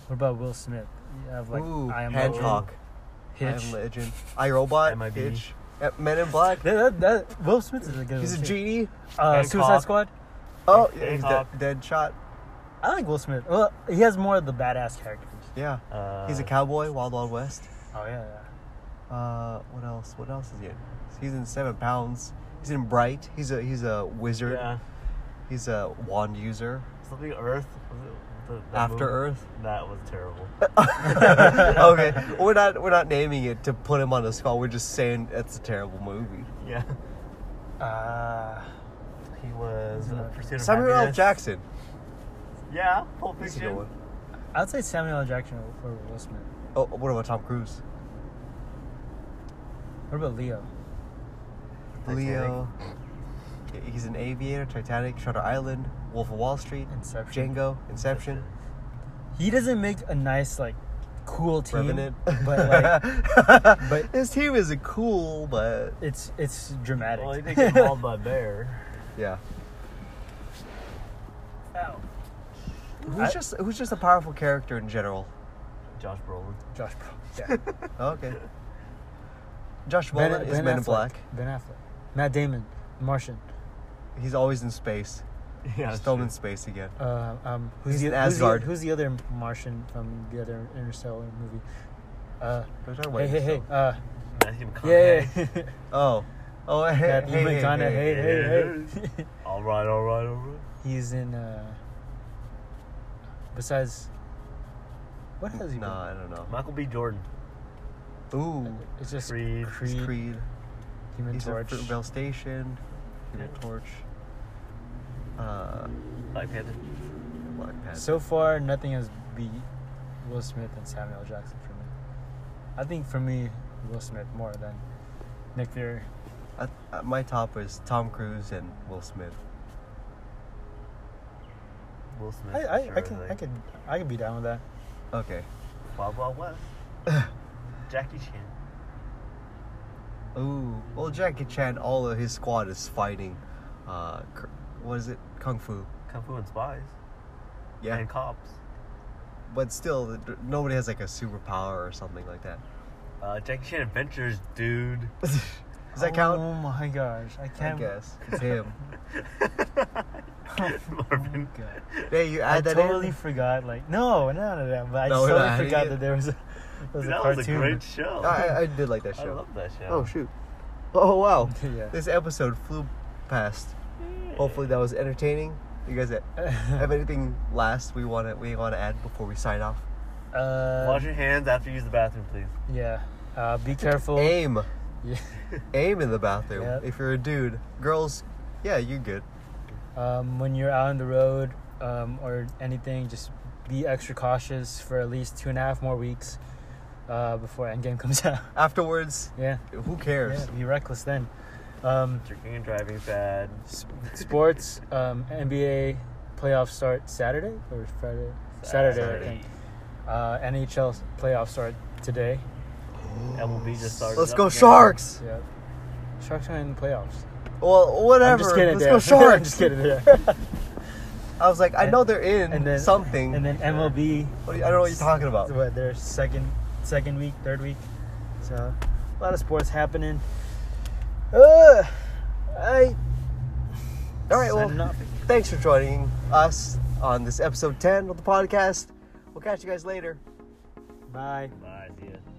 Speaker 3: What about Will Smith? You have like
Speaker 1: Ooh,
Speaker 3: I am
Speaker 1: Hedgehog.
Speaker 3: Legend,
Speaker 1: I am
Speaker 3: Hitch.
Speaker 1: Legend. iRobot.
Speaker 2: MIB.
Speaker 1: Hitch. at Men in Black.
Speaker 3: That, that, that- Will Smith is a good.
Speaker 1: He's a
Speaker 3: one, too.
Speaker 1: genie.
Speaker 3: Uh,
Speaker 2: Hancock.
Speaker 3: Suicide Squad.
Speaker 1: Oh, yeah, he's dead,
Speaker 2: Hancock.
Speaker 1: dead shot.
Speaker 3: I like Will Smith. Well, he has more of the badass characters.
Speaker 1: Yeah.
Speaker 2: Uh,
Speaker 1: he's a cowboy, Wild Wild West.
Speaker 3: Oh yeah, yeah.
Speaker 1: Uh, what else? What else is he in? He's in Seven Pounds. He's in Bright. He's a he's a wizard.
Speaker 2: Yeah.
Speaker 1: He's a wand user.
Speaker 2: Something Earth. Was it the- that
Speaker 1: After
Speaker 2: movie?
Speaker 1: Earth?
Speaker 2: That was terrible.
Speaker 1: okay, we're not we're not naming it to put him on the skull. We're just saying it's a terrible movie.
Speaker 2: yeah.
Speaker 3: Uh,
Speaker 2: He was uh, Pursuit of
Speaker 1: Samuel L.
Speaker 2: Happiness.
Speaker 1: Jackson.
Speaker 2: Yeah. Pulp
Speaker 1: He's a good
Speaker 2: Fiction.
Speaker 1: one.
Speaker 3: I'd say Samuel L. Jackson or Will Smith.
Speaker 1: Oh, what about Tom Cruise?
Speaker 3: What about Leo?
Speaker 2: Titanic.
Speaker 1: Leo. He's an aviator. Titanic, Shutter Island, Wolf of Wall Street,
Speaker 3: Inception.
Speaker 1: Django, Inception,
Speaker 3: He doesn't make a nice like cool team,
Speaker 1: Revenant.
Speaker 3: but like
Speaker 1: but his team is a cool, but
Speaker 3: it's it's dramatic.
Speaker 2: Well, he did get mauled by a bear.
Speaker 1: yeah.
Speaker 3: Ow.
Speaker 1: Who's just who's just a powerful character in general? Oh,
Speaker 2: Josh Brolin.
Speaker 3: Josh Brolin. Yeah.
Speaker 1: Okay. Josh Brolin is Men in
Speaker 3: Affleck.
Speaker 1: Black.
Speaker 3: Ben Affleck. Matt Damon. Martian.
Speaker 1: He's always in space.
Speaker 2: Yeah.
Speaker 1: Just filmed in
Speaker 2: shit.
Speaker 1: space again.
Speaker 3: Uh, um, who's
Speaker 1: He's
Speaker 3: the
Speaker 1: in
Speaker 3: who's the-
Speaker 1: Asgard.
Speaker 3: Who's the, other Martian from the other Interstellar movie? Uh,
Speaker 1: We're talking about
Speaker 3: hey, hey, hey.
Speaker 1: yourself.
Speaker 3: Uh,
Speaker 2: Matthew
Speaker 3: yeah.
Speaker 2: McConaughey.
Speaker 1: Oh. Oh, hey, hey,
Speaker 3: Matthew
Speaker 1: hey, hey,
Speaker 3: McConaughey. Hey,
Speaker 2: hey,
Speaker 3: hey, hey.
Speaker 2: All right. All right. All right.
Speaker 3: He's in. Uh, besides, what has he
Speaker 1: Nah, I don't know.
Speaker 2: Michael B. Jordan.
Speaker 1: Ooh.
Speaker 3: been? It's just
Speaker 1: He's
Speaker 2: Creed.
Speaker 3: Creed,
Speaker 1: Creed.
Speaker 3: Human
Speaker 1: He's in
Speaker 3: Torch.
Speaker 1: Fruitvale Station. Human
Speaker 2: Yeah.
Speaker 1: Torch. Uh,
Speaker 2: Black Panther.
Speaker 1: Black Panther.
Speaker 3: So far, nothing has beat Will Smith and Samuel Jackson for me. I think for me, Will Smith more than Nick Fury.
Speaker 1: I, I, my top is Tom Cruise and Will Smith.
Speaker 2: Will Smith.
Speaker 3: I, I,
Speaker 2: sure,
Speaker 3: I can I can I can be down with that.
Speaker 1: Okay.
Speaker 2: Wild Wild West. Jackie Chan.
Speaker 1: Ooh. Well, Jackie Chan, all of his squad is fighting. Uh, cr- what is it? Kung Fu.
Speaker 2: Kung Fu and Spies.
Speaker 1: Yeah.
Speaker 2: And Cops.
Speaker 1: But still, th- nobody has like a superpower or something like that.
Speaker 2: Uh, Jackie Chan Adventures, dude.
Speaker 1: Does that count?
Speaker 3: Oh my gosh, I
Speaker 1: I
Speaker 3: can't.
Speaker 1: guess. It's him.
Speaker 2: Marvin.
Speaker 3: Oh God.
Speaker 1: Hey, you
Speaker 3: I
Speaker 1: add that
Speaker 3: totally
Speaker 1: in.
Speaker 3: forgot. Like no, none of that. But I
Speaker 1: No, we're
Speaker 3: just totally
Speaker 1: not adding
Speaker 3: forgot
Speaker 1: it.
Speaker 3: that there was a there was
Speaker 2: Dude,
Speaker 3: a
Speaker 2: that
Speaker 3: cartoon.
Speaker 2: was a great show.
Speaker 1: I, I- I did like that
Speaker 2: I
Speaker 1: show.
Speaker 2: love that show.
Speaker 1: Oh shoot! Oh wow!
Speaker 3: Yeah.
Speaker 1: This episode flew past.
Speaker 2: Yeah.
Speaker 1: Hopefully that was entertaining. You guys ha- have
Speaker 3: uh,
Speaker 1: anything last we want to we want to add before we sign off?
Speaker 3: uh,
Speaker 2: Wash your hands after you use the bathroom, please.
Speaker 3: yeah. Uh, be careful.
Speaker 1: Aim,
Speaker 3: Yeah.
Speaker 1: aim in the bathroom.
Speaker 3: Yep.
Speaker 1: If you're a dude, girls, yeah, you're good.
Speaker 3: Um, when you're out on the road um, or anything, just be extra cautious for at least two and a half more weeks uh, before Endgame comes out.
Speaker 1: Afterwards,
Speaker 3: yeah.
Speaker 1: who
Speaker 3: yeah.
Speaker 1: cares?
Speaker 3: Be reckless then. Um,
Speaker 2: Drinking and driving is bad.
Speaker 3: s- sports, um, NBA playoffs start Saturday or Friday? Saturday, I think. Uh, NHL playoffs start today.
Speaker 2: MLB just started.
Speaker 1: Let's
Speaker 2: up
Speaker 1: go
Speaker 2: again.
Speaker 1: Sharks!
Speaker 3: Yeah. Sharks are in the playoffs.
Speaker 1: Well, whatever.
Speaker 3: I'm just kidding.
Speaker 1: Let's
Speaker 3: yeah.
Speaker 1: go Sharks!
Speaker 3: I'm just kidding. yeah.
Speaker 1: I was like, I
Speaker 3: And-
Speaker 1: know they're in
Speaker 3: and then
Speaker 1: something.
Speaker 3: and then MLB
Speaker 1: What do you- I don't know what you're talking about.
Speaker 3: What their second second week, third week. So a lot of sports happening. Uh, I
Speaker 1: All right,
Speaker 3: signing
Speaker 1: well,
Speaker 3: off.
Speaker 1: thanks for joining us on this episode 10 of the podcast. We'll catch you guys later.
Speaker 3: Bye.
Speaker 2: Bye, see ya.